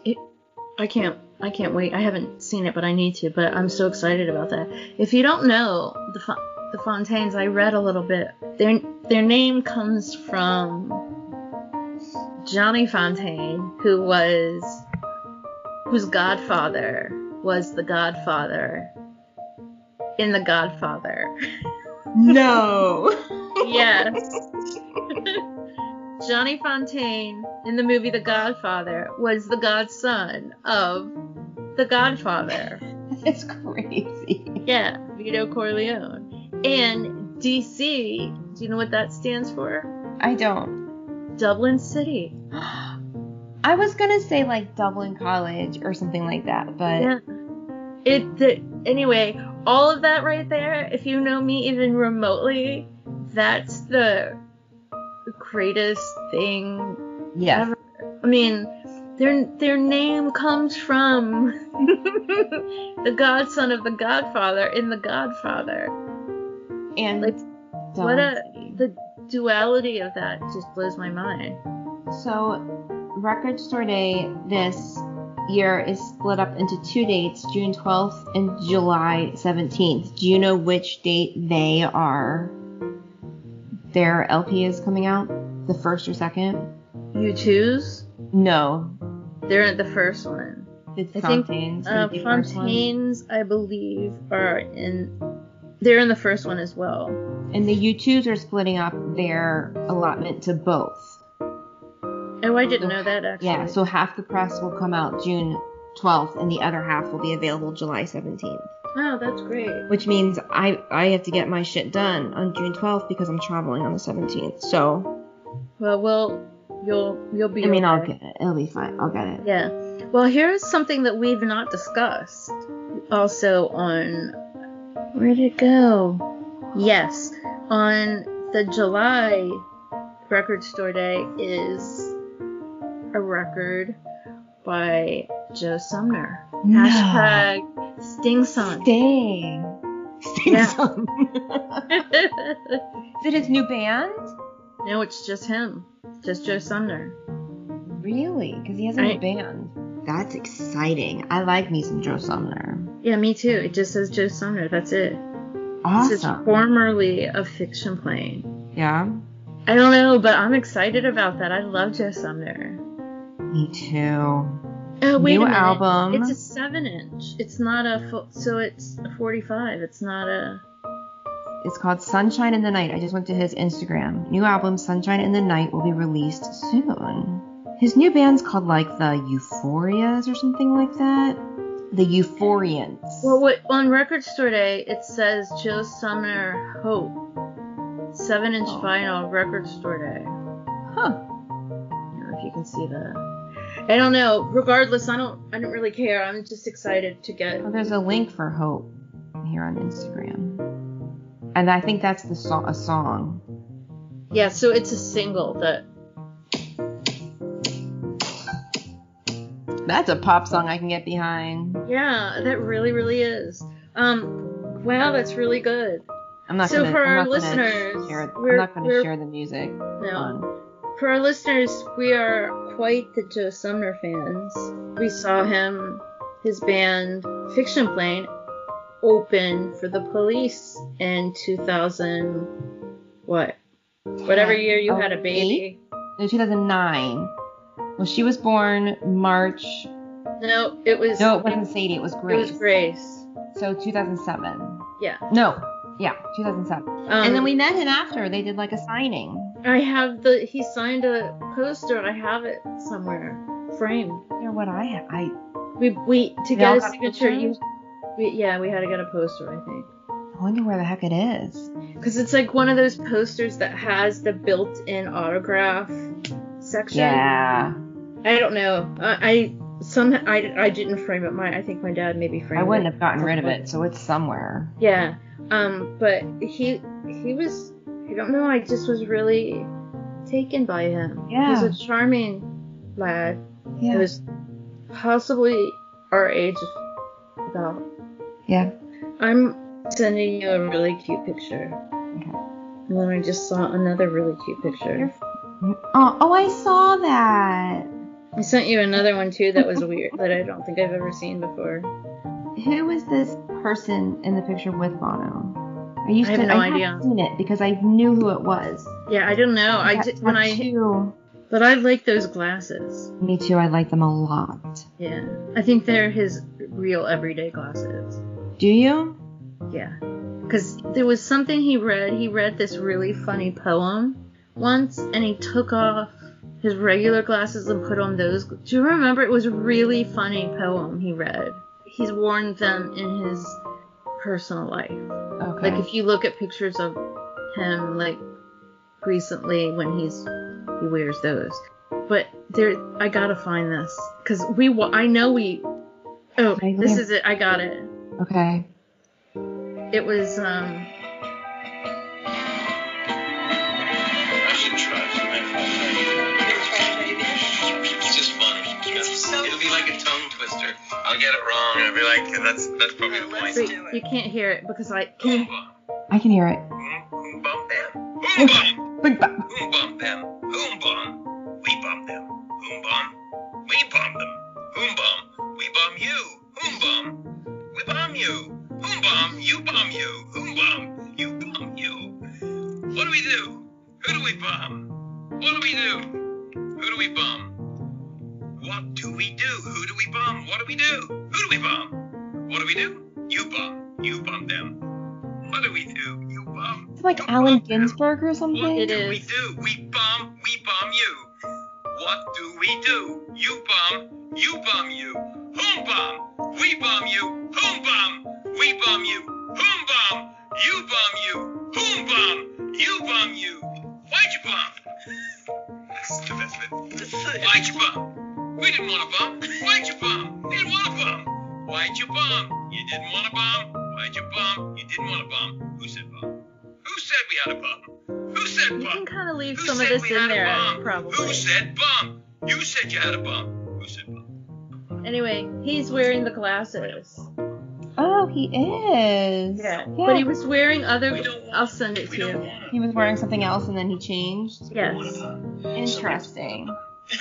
[SPEAKER 2] I can't I can't wait. I haven't seen it, but I need to. But I'm so excited about that. If you don't know the Fo- the Fontaines, I read a little bit. Their their name comes from Johnny Fontaine, who was whose godfather was the godfather in the Godfather.
[SPEAKER 1] No.
[SPEAKER 2] yes. Johnny Fontaine in the movie The Godfather was the godson of the Godfather.
[SPEAKER 1] That's crazy.
[SPEAKER 2] Yeah, Vito Corleone. And DC, do you know what that stands for?
[SPEAKER 1] I don't.
[SPEAKER 2] Dublin City.
[SPEAKER 1] I was gonna say like Dublin College or something like that, but
[SPEAKER 2] Yeah. It the, anyway, all of that right there, if you know me even remotely, that's the greatest thing
[SPEAKER 1] yes.
[SPEAKER 2] I mean, their their name comes from the godson of the Godfather in the Godfather.
[SPEAKER 1] And
[SPEAKER 2] Like,
[SPEAKER 1] Dublin
[SPEAKER 2] what a
[SPEAKER 1] City.
[SPEAKER 2] the duality of that just blows my mind.
[SPEAKER 1] So, Record Store Day this year is split up into two dates, June 12th and July 17th. Do you know which date they are? Their LP is coming out, the first or second?
[SPEAKER 2] You choose.
[SPEAKER 1] No,
[SPEAKER 2] They're at the first one.
[SPEAKER 1] it's
[SPEAKER 2] I think,
[SPEAKER 1] Fontaine's.
[SPEAKER 2] Uh,
[SPEAKER 1] the first one.
[SPEAKER 2] Fontaines, I believe, are in. They're in the first one as well.
[SPEAKER 1] And the U2s are splitting up their allotment to both.
[SPEAKER 2] Oh, I didn't know that actually.
[SPEAKER 1] Yeah, so half the press will come out June 12th and the other half will be available July 17th.
[SPEAKER 2] Oh, that's great.
[SPEAKER 1] which means I I have to get my shit done on June 12th because I'm traveling on the 17th. So
[SPEAKER 2] Well, well, you'll you'll be.
[SPEAKER 1] I mean, I'll
[SPEAKER 2] okay.
[SPEAKER 1] get it. It'll be fine. I'll get it.
[SPEAKER 2] Yeah. Well, here's something that we've not discussed. Also on where'd it go? Yes, on the July record store day is a record by Joe Sumner. Hashtag Sting Song.
[SPEAKER 1] Sting. Sting
[SPEAKER 2] Yeah.
[SPEAKER 1] song. Is it his new band?
[SPEAKER 2] no, it's just him, just Joe Sumner.
[SPEAKER 1] Really? Because he has a
[SPEAKER 2] I-
[SPEAKER 1] new band. That's exciting. I like me some Joe Sumner.
[SPEAKER 2] Yeah, me too. It just says Joe Sumner. That's it. This is
[SPEAKER 1] Awesome.
[SPEAKER 2] formerly a fiction plane.
[SPEAKER 1] Yeah.
[SPEAKER 2] I don't know, but I'm excited about that. I love Joe Sumner.
[SPEAKER 1] Me too.
[SPEAKER 2] Oh, wait
[SPEAKER 1] new
[SPEAKER 2] a minute.
[SPEAKER 1] album.
[SPEAKER 2] It's a seven inch. It's not a full, so it's a 45. It's not a.
[SPEAKER 1] It's called Sunshine in the Night. I just went to his Instagram. New album Sunshine in the Night will be released soon. His new band's called like the Euphorias or something like that. The Euphorians.
[SPEAKER 2] Well, what, on Record Store Day, it says Joe Sumner Hope. Seven inch
[SPEAKER 1] Oh.
[SPEAKER 2] vinyl Record Store Day.
[SPEAKER 1] huh.
[SPEAKER 2] I don't know if you can see that. I don't know. Regardless, I don't. I don't really care. I'm just excited to get.
[SPEAKER 1] Well, there's a link for Hope here on Instagram. And I think that's the so- a song.
[SPEAKER 2] Yeah. So it's a single that.
[SPEAKER 1] That's a pop song I can get behind.
[SPEAKER 2] Yeah, that really, really is. Um. Wow, that's really good.
[SPEAKER 1] I'm not
[SPEAKER 2] So
[SPEAKER 1] gonna,
[SPEAKER 2] for
[SPEAKER 1] I'm
[SPEAKER 2] our
[SPEAKER 1] not gonna
[SPEAKER 2] listeners,
[SPEAKER 1] share, I'm
[SPEAKER 2] we're-
[SPEAKER 1] not going to
[SPEAKER 2] we're-
[SPEAKER 1] share the music.
[SPEAKER 2] No.
[SPEAKER 1] on-
[SPEAKER 2] For our listeners, we are quite the Joe Sumner fans. We saw him, his band, Fiction Plane, open for the police in 2000, what? Whatever year
[SPEAKER 1] Oh,
[SPEAKER 2] you had a baby.
[SPEAKER 1] No, 2009. Well, she was born March
[SPEAKER 2] No, it was.
[SPEAKER 1] No, it wasn't Sadie. It was
[SPEAKER 2] It
[SPEAKER 1] Grace.
[SPEAKER 2] was Grace.
[SPEAKER 1] So 2007.
[SPEAKER 2] Yeah.
[SPEAKER 1] No. Yeah, 2007.
[SPEAKER 2] Um,
[SPEAKER 1] and then we met him after. They did like a signing.
[SPEAKER 2] I have the. He signed a poster. I have it somewhere, framed.
[SPEAKER 1] Or what I have. I.
[SPEAKER 2] We we to
[SPEAKER 1] They
[SPEAKER 2] get
[SPEAKER 1] all
[SPEAKER 2] a
[SPEAKER 1] got
[SPEAKER 2] signature. You,
[SPEAKER 1] pictures?
[SPEAKER 2] we, yeah, we had to get a poster. I think.
[SPEAKER 1] I wonder where the heck it is.
[SPEAKER 2] Because it's like one of those posters that has the built in autograph section.
[SPEAKER 1] Yeah.
[SPEAKER 2] I don't know. I, I some I, I didn't frame it. My I think my dad maybe framed
[SPEAKER 1] I wouldn't
[SPEAKER 2] it.
[SPEAKER 1] have gotten rid of it, so it's somewhere.
[SPEAKER 2] Yeah. Um. But he he was I don't know. I just was really taken by him.
[SPEAKER 1] Yeah.
[SPEAKER 2] He's a charming lad. He
[SPEAKER 1] Yeah.
[SPEAKER 2] was possibly our age about.
[SPEAKER 1] Yeah.
[SPEAKER 2] I'm sending you a really cute picture.
[SPEAKER 1] Okay.
[SPEAKER 2] And then I just saw another really cute picture.
[SPEAKER 1] Oh, oh, I saw that.
[SPEAKER 2] I sent you another one too that was weird that I don't think I've ever seen before.
[SPEAKER 1] Who is this person in the picture with Bono? I used
[SPEAKER 2] I have
[SPEAKER 1] to
[SPEAKER 2] no
[SPEAKER 1] I
[SPEAKER 2] idea.
[SPEAKER 1] have seen it because I knew who it was.
[SPEAKER 2] Yeah, I don't know. I
[SPEAKER 1] That
[SPEAKER 2] did, when I
[SPEAKER 1] tattoo-
[SPEAKER 2] but I like those glasses.
[SPEAKER 1] Me too. I like them a lot.
[SPEAKER 2] Yeah, I think they're his real everyday glasses.
[SPEAKER 1] Do you?
[SPEAKER 2] Yeah. Because there was something he read. He read this really funny poem once, and he took off his regular glasses and put on those. Do you remember? It was a really funny poem he read. He's worn them in his personal life.
[SPEAKER 1] Okay.
[SPEAKER 2] Like, if you look at pictures of him, like, recently when he's he wears those. But there, I gotta find this because we. wa- I know we. Oh,
[SPEAKER 1] I
[SPEAKER 2] this
[SPEAKER 1] am-
[SPEAKER 2] is it. I got it.
[SPEAKER 1] okay.
[SPEAKER 2] It was um.
[SPEAKER 4] I should try It's just funny. It'll be like a tongue twister. I'll get it wrong. I'll be like, that's that's probably the point.
[SPEAKER 2] Wait, you can't hear it because I can.
[SPEAKER 1] I can hear it.
[SPEAKER 4] Who bumped them? Who bumped?
[SPEAKER 1] Big bu-
[SPEAKER 4] Who bumped them? Who bumped? We bumped them. Who bumped? We bumped them. Who bumped? We bum you. Who bum? We bum you. Who bum? You bum you. Who bum? You bum you. What do we do? Who do we bum? What do we do? Who do we bum? What do we do? Who do we bum? What do we do? Who do we bum? What do we do? You bum. You bum them. What do we do? You bum.
[SPEAKER 1] It's like
[SPEAKER 4] You
[SPEAKER 1] Allen
[SPEAKER 4] bum them.
[SPEAKER 1] Ginsberg or
[SPEAKER 4] What
[SPEAKER 1] something.
[SPEAKER 2] It
[SPEAKER 4] do we
[SPEAKER 2] is.
[SPEAKER 4] do? We bum, we bum you. What do we do? You bum, you bum you. Whom bum? We bum you. Whom bum? We bum you. Whom bum? You bum you. Whom bum? You bum you. Why'd you bum? That's the best bit. Why'd you bum? We didn't want to bum. Why'd you bum? We didn't want to bum. Why'd you bum? You didn't want to bum. Why'd you bum? You didn't want to bum. Who said bum? Who said we had a bum? Who said
[SPEAKER 2] You can
[SPEAKER 4] bum?
[SPEAKER 2] kind of leave
[SPEAKER 4] Who
[SPEAKER 2] some of
[SPEAKER 4] said
[SPEAKER 2] this
[SPEAKER 4] we
[SPEAKER 2] in
[SPEAKER 4] had
[SPEAKER 2] there,
[SPEAKER 4] a bum? Who
[SPEAKER 2] probably.
[SPEAKER 4] said bum? You said you had a bum. Who said bum?
[SPEAKER 2] Anyway, he's wearing the glasses.
[SPEAKER 1] Oh, he is.
[SPEAKER 2] Yeah. But he was wearing other.
[SPEAKER 4] We don't want-
[SPEAKER 2] I'll send it to
[SPEAKER 4] We don't
[SPEAKER 2] you.
[SPEAKER 4] want
[SPEAKER 1] He was wearing something else and then he changed.
[SPEAKER 2] Yes.
[SPEAKER 1] Interesting.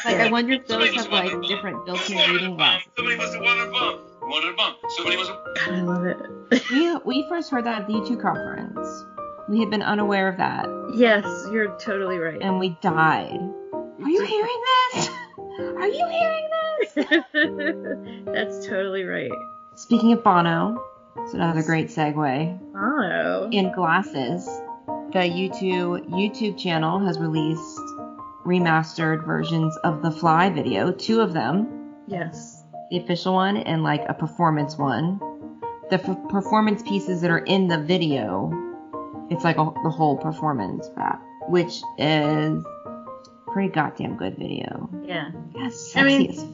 [SPEAKER 1] Like I wonder if those have like different built-in reading glasses.
[SPEAKER 4] Somebody must have wanted a bum. Wanted a bum. Somebody must have.
[SPEAKER 2] I love it.
[SPEAKER 1] We we first heard that at the U2 conference. We had been unaware of that
[SPEAKER 2] Yes, you're totally right.
[SPEAKER 1] and we died. Are you hearing this? Are you hearing this?
[SPEAKER 2] That's totally right.
[SPEAKER 1] Speaking of Bono, it's another great segue.
[SPEAKER 2] Oh.
[SPEAKER 1] In glasses, the U2 YouTube channel has released remastered versions of the Fly video, two of them.
[SPEAKER 2] Yes.
[SPEAKER 1] the official one and like a performance one. The f- performance pieces that are in the video, it's like a, the whole performance rap, which is pretty goddamn good video.
[SPEAKER 2] Yeah.
[SPEAKER 1] Yes,
[SPEAKER 2] I mean-
[SPEAKER 1] sexy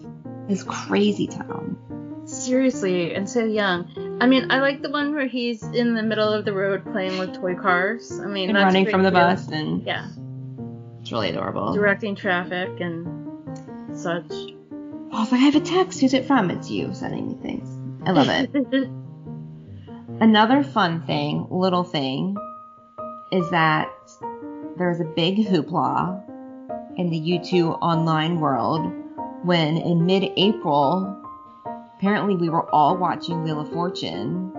[SPEAKER 1] as, as crazy town.
[SPEAKER 2] Seriously, and so young. I mean, I like the one where he's in the middle of the road playing with toy cars. I mean,
[SPEAKER 1] And
[SPEAKER 2] that's
[SPEAKER 1] running
[SPEAKER 2] pretty
[SPEAKER 1] from the
[SPEAKER 2] cute.
[SPEAKER 1] bus and
[SPEAKER 2] Yeah.
[SPEAKER 1] it's really adorable.
[SPEAKER 2] directing traffic and such.
[SPEAKER 1] I was Oh, like, I have a text. Who's it from? It's you sending me things. I love it. Another fun thing, little thing, is that there was a big hoopla in the U2 online world when in mid April, apparently we were all watching Wheel of Fortune,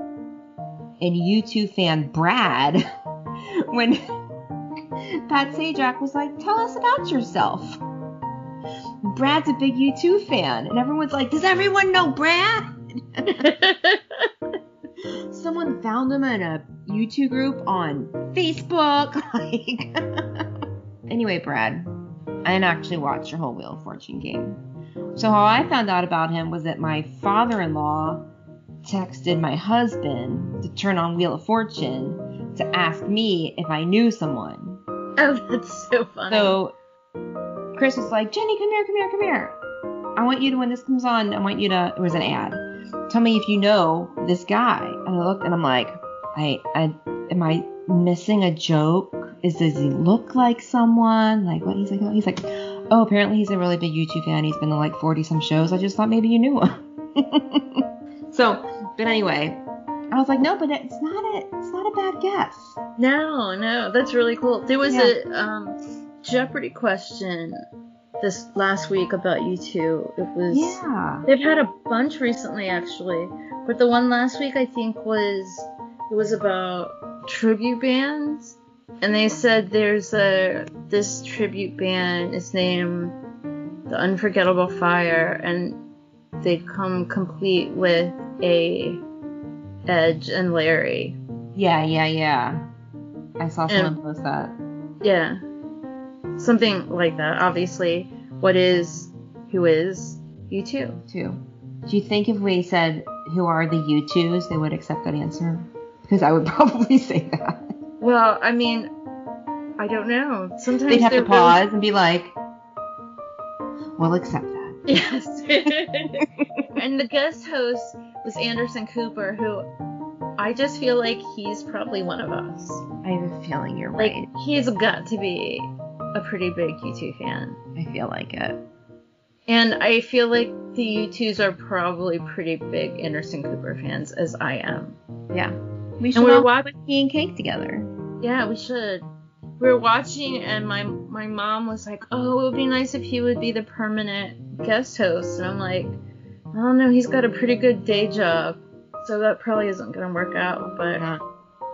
[SPEAKER 1] and U2 fan Brad, when Pat Sajak was like, Tell us about yourself. Brad's a big U2 fan, and everyone's like, Does everyone know Brad? someone found him in a YouTube group on Facebook. Like, anyway, Brad, I didn't actually watch your whole Wheel of Fortune game. So how I found out about him was that my father-in-law texted my husband to turn on Wheel of Fortune to ask me if I knew someone.
[SPEAKER 2] oh, that's so funny.
[SPEAKER 1] So Chris was like, Jenny, come here, come here, come here. I want you to, when this comes on, I want you to, it was an ad. Tell me if you know this guy. And I looked and I'm like, I, I, am I missing a joke? Is, does he look like someone? Like what? He's like, oh, he's like, oh, apparently he's a really big YouTube fan. He's been to like 40 some shows. I just thought maybe you knew him. so, but anyway, I was like, no, but it's not a, it's not a bad guess.
[SPEAKER 2] no, no, that's really cool. There was a um, Jeopardy question this last week about you two. It was
[SPEAKER 1] Yeah.
[SPEAKER 2] they've had a bunch recently actually, but the one last week I think was it was about tribute bands, and they said there's a this tribute band is named the Unforgettable Fire, and they come complete with a Edge and Larry.
[SPEAKER 1] Yeah, yeah, yeah. I saw
[SPEAKER 2] Yeah.
[SPEAKER 1] someone post that.
[SPEAKER 2] Yeah. Something like that. Obviously, what is, who is, you too.
[SPEAKER 1] Two. Do you think if we said who are the U2s, they would accept that answer? Because I would probably say that.
[SPEAKER 2] Well, I mean, I don't know. Sometimes
[SPEAKER 1] They'd have
[SPEAKER 2] they're
[SPEAKER 1] to pause and be like, "We'll accept that."
[SPEAKER 2] Really... Yes. and the guest host was Anderson Cooper, who I just feel like he's probably one of us.
[SPEAKER 1] I have a feeling you're
[SPEAKER 2] Like,
[SPEAKER 1] right.
[SPEAKER 2] he's got to be a pretty big U2 fan.
[SPEAKER 1] I feel like it.
[SPEAKER 2] And I feel like the U2s are probably pretty big Anderson Cooper fans, as I am.
[SPEAKER 1] Yeah. We
[SPEAKER 2] And
[SPEAKER 1] should
[SPEAKER 2] we were
[SPEAKER 1] all
[SPEAKER 2] watching.
[SPEAKER 1] eat cake together.
[SPEAKER 2] Yeah, we should. We were watching, and my my mom was like, "Oh, it would be nice if he would be the permanent guest host." And I'm like, "I don't know. He's got a pretty good day job, so that probably isn't gonna work out." But
[SPEAKER 1] Yeah.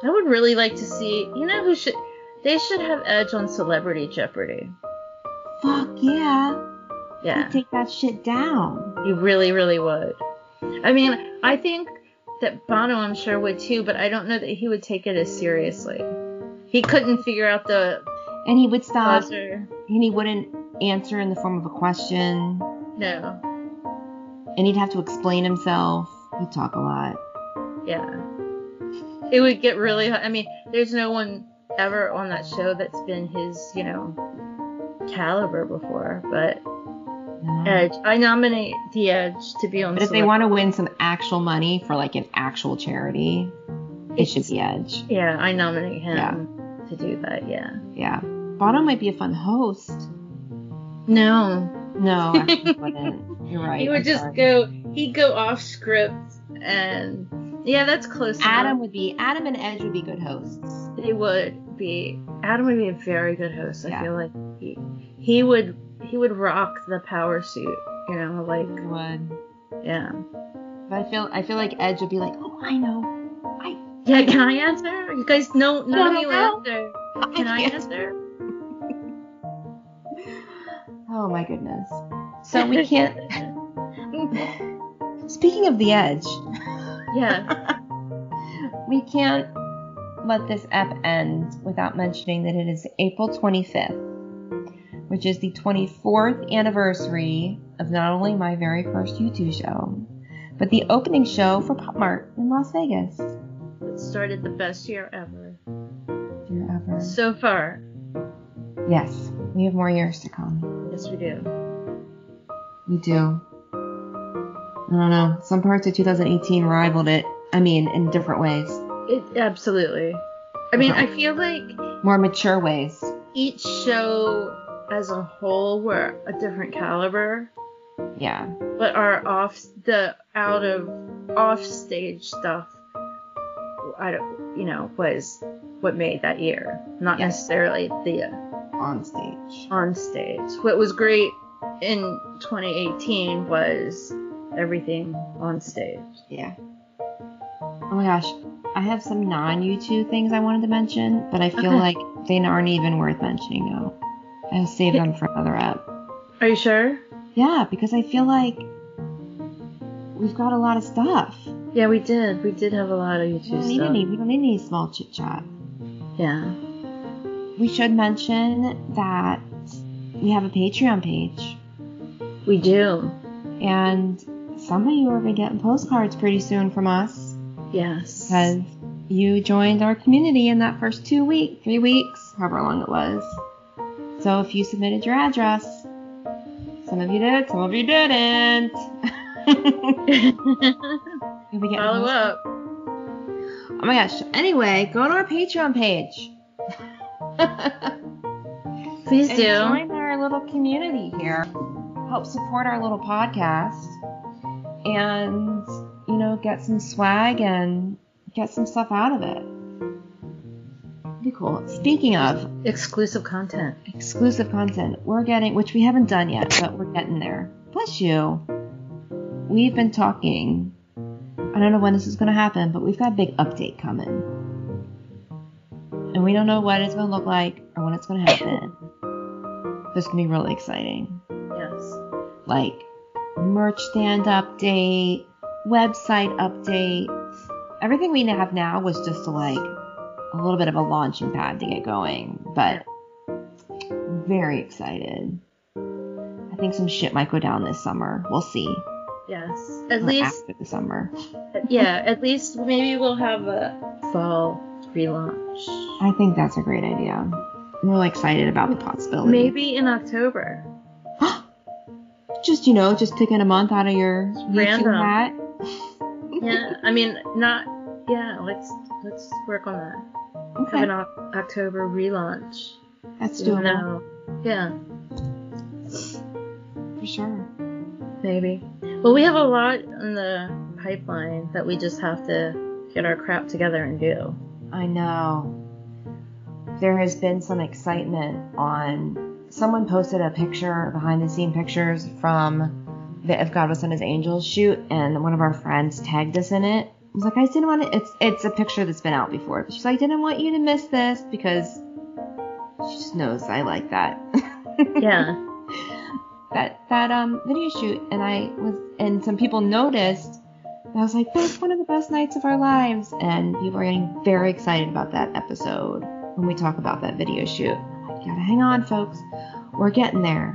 [SPEAKER 2] I would really like to see. You know who should? They should have Edge on Celebrity Jeopardy.
[SPEAKER 1] Fuck yeah.
[SPEAKER 2] Yeah,
[SPEAKER 1] Take that shit down.
[SPEAKER 2] he really, really would. I mean, I think that Bono, I'm sure, would too, but I don't know that he would take it as seriously. He couldn't figure out the
[SPEAKER 1] And he would stop.
[SPEAKER 2] buzzer.
[SPEAKER 1] And he wouldn't answer in the form of a question.
[SPEAKER 2] No.
[SPEAKER 1] And he'd have to explain himself. He'd talk a lot.
[SPEAKER 2] Yeah. It would get really. I mean, there's no one ever on that show that's been his, you know, caliber before. But
[SPEAKER 1] No.
[SPEAKER 2] Edge, I nominate the Edge to be on.
[SPEAKER 1] But if they
[SPEAKER 2] Celeb-
[SPEAKER 1] want to win some actual money for like an actual charity, it should
[SPEAKER 2] It's-
[SPEAKER 1] be Edge.
[SPEAKER 2] yeah, I nominate him
[SPEAKER 1] Yeah.
[SPEAKER 2] to do that. Yeah.
[SPEAKER 1] Yeah. Bono might be a fun host.
[SPEAKER 2] No,
[SPEAKER 1] No, actually wouldn't. You're right.
[SPEAKER 2] he would
[SPEAKER 1] I'm
[SPEAKER 2] just
[SPEAKER 1] sorry.
[SPEAKER 2] go. He'd go off script, and yeah, that's close.
[SPEAKER 1] Adam
[SPEAKER 2] enough.
[SPEAKER 1] would be Adam and Edge would be good hosts.
[SPEAKER 2] They would be. Adam would be a very good host. I
[SPEAKER 1] Yeah.
[SPEAKER 2] feel like he he would he would rock the power suit. You know,
[SPEAKER 1] They
[SPEAKER 2] like
[SPEAKER 1] would.
[SPEAKER 2] yeah.
[SPEAKER 1] But I feel I feel like Edge would be like, oh, I know.
[SPEAKER 2] Yeah, can I answer? You guys know none
[SPEAKER 1] No,
[SPEAKER 2] of
[SPEAKER 1] no,
[SPEAKER 2] you
[SPEAKER 1] no.
[SPEAKER 2] answer.
[SPEAKER 1] I
[SPEAKER 2] Can I
[SPEAKER 1] can't."
[SPEAKER 2] answer?
[SPEAKER 1] Oh my goodness. So we can't. Speaking of the Edge,
[SPEAKER 2] yeah.
[SPEAKER 1] we can't let this ep end without mentioning that it is April 25th, which is the 24th anniversary of not only my very first U2 show, but the opening show for Pop Mart in Las Vegas.
[SPEAKER 2] It started the best year ever.
[SPEAKER 1] Dear ever.
[SPEAKER 2] So far.
[SPEAKER 1] Yes, we have more years to come.
[SPEAKER 2] Yes we do.
[SPEAKER 1] We do. I don't know. Some parts of 2018 rivaled it. I mean, in different ways,
[SPEAKER 2] It absolutely. I mean, I feel like
[SPEAKER 1] more mature ways.
[SPEAKER 2] each show as a whole were a different caliber,
[SPEAKER 1] Yeah.
[SPEAKER 2] but our off the out of off stage stuff I don't you know, was what made that year. Not
[SPEAKER 1] Yes.
[SPEAKER 2] necessarily the uh,
[SPEAKER 1] On stage.
[SPEAKER 2] on stage. What was great in 2018 was everything on stage.
[SPEAKER 1] Yeah. Oh my gosh. I have some non U2 things I wanted to mention, but I feel
[SPEAKER 2] Okay.
[SPEAKER 1] like they aren't even worth mentioning now. I'll save them for another app.
[SPEAKER 2] Are you sure?
[SPEAKER 1] Yeah, because I feel like we've got a lot of stuff.
[SPEAKER 2] Yeah, we did. We did have a lot of
[SPEAKER 1] We don't
[SPEAKER 2] YouTube
[SPEAKER 1] need
[SPEAKER 2] stuff.
[SPEAKER 1] any. We don't need any small chit chat.
[SPEAKER 2] Yeah.
[SPEAKER 1] We should mention that we have a Patreon page,
[SPEAKER 2] We do.
[SPEAKER 1] and some of you are gonna get postcards pretty soon from us
[SPEAKER 2] Yes.
[SPEAKER 1] because you joined our community in that first two week, three weeks, however long it was. So if you submitted your address, some of you did, some of you didn't. You'll be getting
[SPEAKER 2] Follow
[SPEAKER 1] post-
[SPEAKER 2] up.
[SPEAKER 1] Oh my gosh. Anyway, go to our Patreon page.
[SPEAKER 2] Please
[SPEAKER 1] and
[SPEAKER 2] do.
[SPEAKER 1] join our little community here. Help support our little podcast and, you know, get some swag and get some stuff out of it. be cool. Speaking of
[SPEAKER 2] Exclusive content.
[SPEAKER 1] exclusive content, we're getting, which we haven't done yet, but we're getting there. Bless you. We've been talking. I don't know when this is going to happen, but we've got a big update coming. And we don't know what it's going to look like or when it's going to happen. But it's going to be really exciting.
[SPEAKER 2] Yes.
[SPEAKER 1] Like merch stand update, website update. Everything we have now was just to like a little bit of a launching pad to get going, but very excited. I think some shit might go down this summer. We'll see.
[SPEAKER 2] Yes. At
[SPEAKER 1] Or
[SPEAKER 2] least,
[SPEAKER 1] after the summer.
[SPEAKER 2] yeah, at least maybe we'll have a fall relaunch.
[SPEAKER 1] I think that's a great idea. I'm really excited about the possibility.
[SPEAKER 2] Maybe in October.
[SPEAKER 1] Just you know, just picking a month out of your
[SPEAKER 2] random.
[SPEAKER 1] random hat.
[SPEAKER 2] Yeah, I mean, not. Yeah, let's let's work on that. Have
[SPEAKER 1] Okay,
[SPEAKER 2] an Oc- October relaunch.
[SPEAKER 1] that's
[SPEAKER 2] Even
[SPEAKER 1] doable
[SPEAKER 2] though- Yeah.
[SPEAKER 1] for sure.
[SPEAKER 2] Maybe. Well, we have a lot in the pipeline that we just have to get our crap together and do.
[SPEAKER 1] I know. There has been some excitement on. Someone posted a picture, behind the scene pictures from the If God Was Sent His Angels shoot, and one of our friends tagged us in it. I was like, I just didn't want to. It's it's a picture that's been out before. But she's like, didn't want you to miss this because she just knows I like that.
[SPEAKER 2] Yeah.
[SPEAKER 1] that that um video shoot and I was and some people noticed and I was like that's one of the best nights of our lives and people are getting very excited about that episode when we talk about that video shoot. I gotta hang on folks. We're getting there.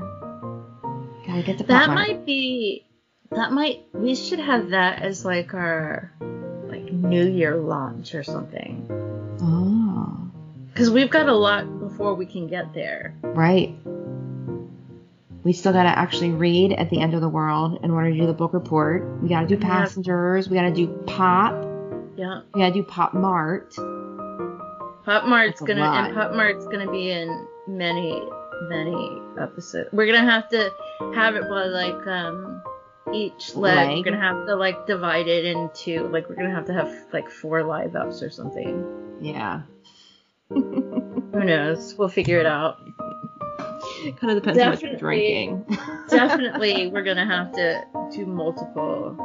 [SPEAKER 1] Gotta get the
[SPEAKER 2] that
[SPEAKER 1] pop
[SPEAKER 2] might be. That might. We should have that as like our like New Year launch or something.
[SPEAKER 1] Oh
[SPEAKER 2] Because we've got a lot before we can get there.
[SPEAKER 1] right. We still gotta actually read at the end of the world in order to do the book report. We gotta do
[SPEAKER 2] Yeah.
[SPEAKER 1] passengers, we gotta do pop,
[SPEAKER 2] Yeah.
[SPEAKER 1] we gotta do pop mart.
[SPEAKER 2] Pop Mart's
[SPEAKER 1] That's a
[SPEAKER 2] gonna
[SPEAKER 1] lot.
[SPEAKER 2] and Pop Mart's gonna be in many many episodes. We're gonna have to have it by like um each leg.
[SPEAKER 1] Leg.
[SPEAKER 2] We're gonna have to like divide it into like we're gonna have to have like four live ups or something.
[SPEAKER 1] Yeah.
[SPEAKER 2] Who knows? We'll figure it out.
[SPEAKER 1] It kind of depends how much you're
[SPEAKER 2] Definitely.
[SPEAKER 1] drinking.
[SPEAKER 2] Definitely, we're gonna have to do multiple.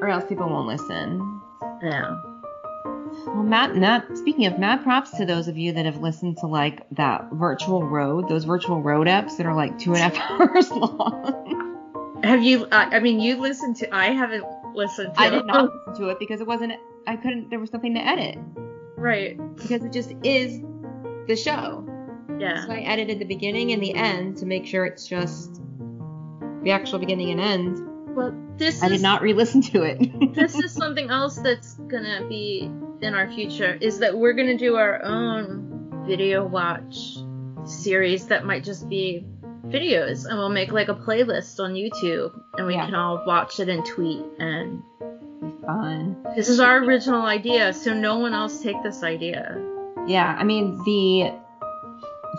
[SPEAKER 1] or else people won't listen.
[SPEAKER 2] Yeah.
[SPEAKER 1] Well, Matt, Matt, speaking of Matt, props to those of you that have listened to like that virtual road, those virtual road apps that are like two and a half hours long.
[SPEAKER 2] Have you? I, I mean, you listened to. I haven't listened to.
[SPEAKER 1] I did not listen to it because it wasn't, I couldn't, there was nothing to edit
[SPEAKER 2] Right.
[SPEAKER 1] because it just is the show.
[SPEAKER 2] Yeah.
[SPEAKER 1] So I edited the beginning and the end to make sure it's just the actual beginning and end.
[SPEAKER 2] Well, this
[SPEAKER 1] I
[SPEAKER 2] is
[SPEAKER 1] did not re listen to it.
[SPEAKER 2] this is something else that's gonna be in our future is that we're gonna do our own video watch series that might just be videos and we'll make like a playlist on YouTube and we
[SPEAKER 1] Yeah.
[SPEAKER 2] can all watch it and tweet and
[SPEAKER 1] Fun.
[SPEAKER 2] this is our original idea so no one else take this idea
[SPEAKER 1] Yeah, I mean, the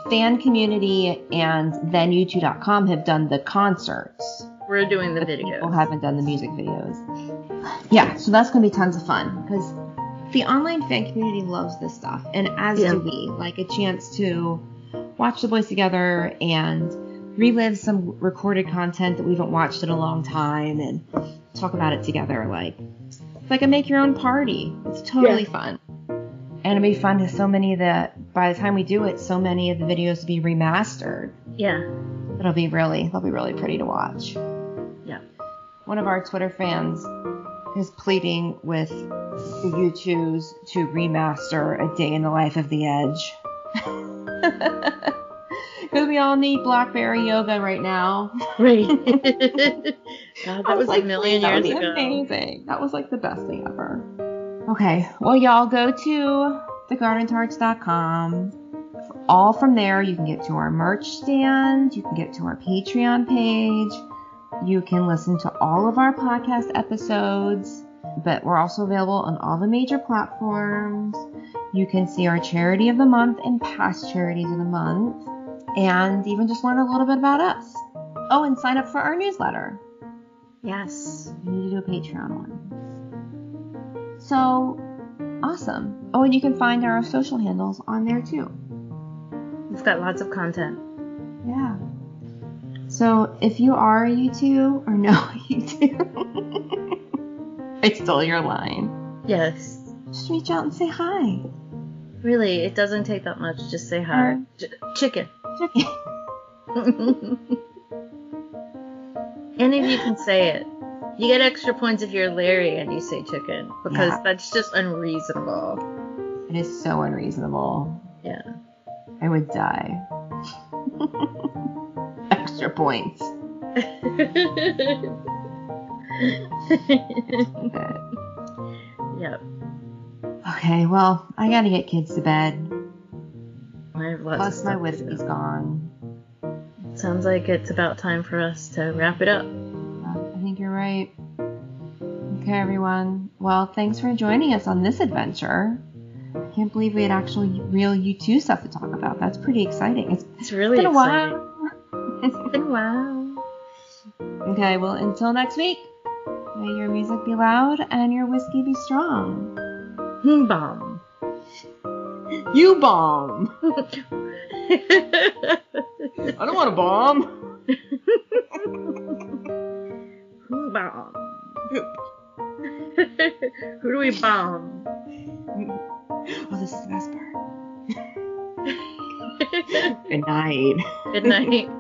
[SPEAKER 1] fan community and then YouTube.com have done the concerts.
[SPEAKER 2] we're doing the
[SPEAKER 1] but People
[SPEAKER 2] videos
[SPEAKER 1] haven't done the music videos. Yeah, so that's going to be tons of fun because the online fan community loves this stuff, and as
[SPEAKER 2] Yeah.
[SPEAKER 1] do we. Like a chance to watch the boys together and relive some recorded content that we haven't watched in a long time and talk about it together. Like it's like a make your own party. It's totally fun. And it'll be fun to so many that by the time we do it, so many of the videos will be remastered.
[SPEAKER 2] yeah
[SPEAKER 1] It'll be really, they'll be really pretty to watch.
[SPEAKER 2] Yeah.
[SPEAKER 1] One of our Twitter fans is pleading with the U2s to remaster A Day in the Life of the Edge. Because we all need Blackberry Yoga right now.
[SPEAKER 2] right god
[SPEAKER 1] I
[SPEAKER 2] that was
[SPEAKER 1] like,
[SPEAKER 2] a million
[SPEAKER 1] that would
[SPEAKER 2] years
[SPEAKER 1] be
[SPEAKER 2] ago
[SPEAKER 1] Amazing. That was like the best thing ever. Okay, well, y'all go to thegardentarts.com. All from there, you can get to our merch stand, you can get to our Patreon page, you can listen to all of our podcast episodes, but we're also available on all the major platforms. You can see our charity of the month and past charities of the month, and even just learn a little bit about us. Oh, and sign up for our newsletter.
[SPEAKER 2] yes
[SPEAKER 1] We need to do a Patreon one. So Awesome. Oh, and you can find our social handles on there too.
[SPEAKER 2] We've got lots of content.
[SPEAKER 1] Yeah. So if you are a U2 or no U2, I stole your line.
[SPEAKER 2] Yes.
[SPEAKER 1] Just reach out and say hi.
[SPEAKER 2] Really, it doesn't take that much. Just say
[SPEAKER 1] Mm.
[SPEAKER 2] hi. Ch- chicken. Any of you can say it. You get extra points if you're Larry and you say chicken because
[SPEAKER 1] Yeah.
[SPEAKER 2] that's just unreasonable.
[SPEAKER 1] It is so unreasonable.
[SPEAKER 2] Yeah.
[SPEAKER 1] I would die. Extra points. Okay,
[SPEAKER 2] yep.
[SPEAKER 1] well, I gotta get kids to bed.
[SPEAKER 2] I have lots of
[SPEAKER 1] Plus, my
[SPEAKER 2] stuff to
[SPEAKER 1] whiskey's
[SPEAKER 2] do.
[SPEAKER 1] gone.
[SPEAKER 2] Sounds like it's about time for us to wrap it up.
[SPEAKER 1] Uh, I think you're right. Okay, everyone. Well, thanks for joining us on this adventure. I can't believe we had actual real U2 stuff to talk about. That's pretty exciting. It's
[SPEAKER 2] It's really
[SPEAKER 1] been a
[SPEAKER 2] exciting.
[SPEAKER 1] while.
[SPEAKER 2] It's been a while.
[SPEAKER 1] Okay, well, until next week, may your music be loud and your whiskey be strong.
[SPEAKER 2] Hmm, Bomb.
[SPEAKER 1] You bomb!
[SPEAKER 2] Hmm,
[SPEAKER 1] I don't want to bomb!
[SPEAKER 2] bomb. Who do we bomb?
[SPEAKER 1] Oh, this is the best part. Good night.
[SPEAKER 2] Good night.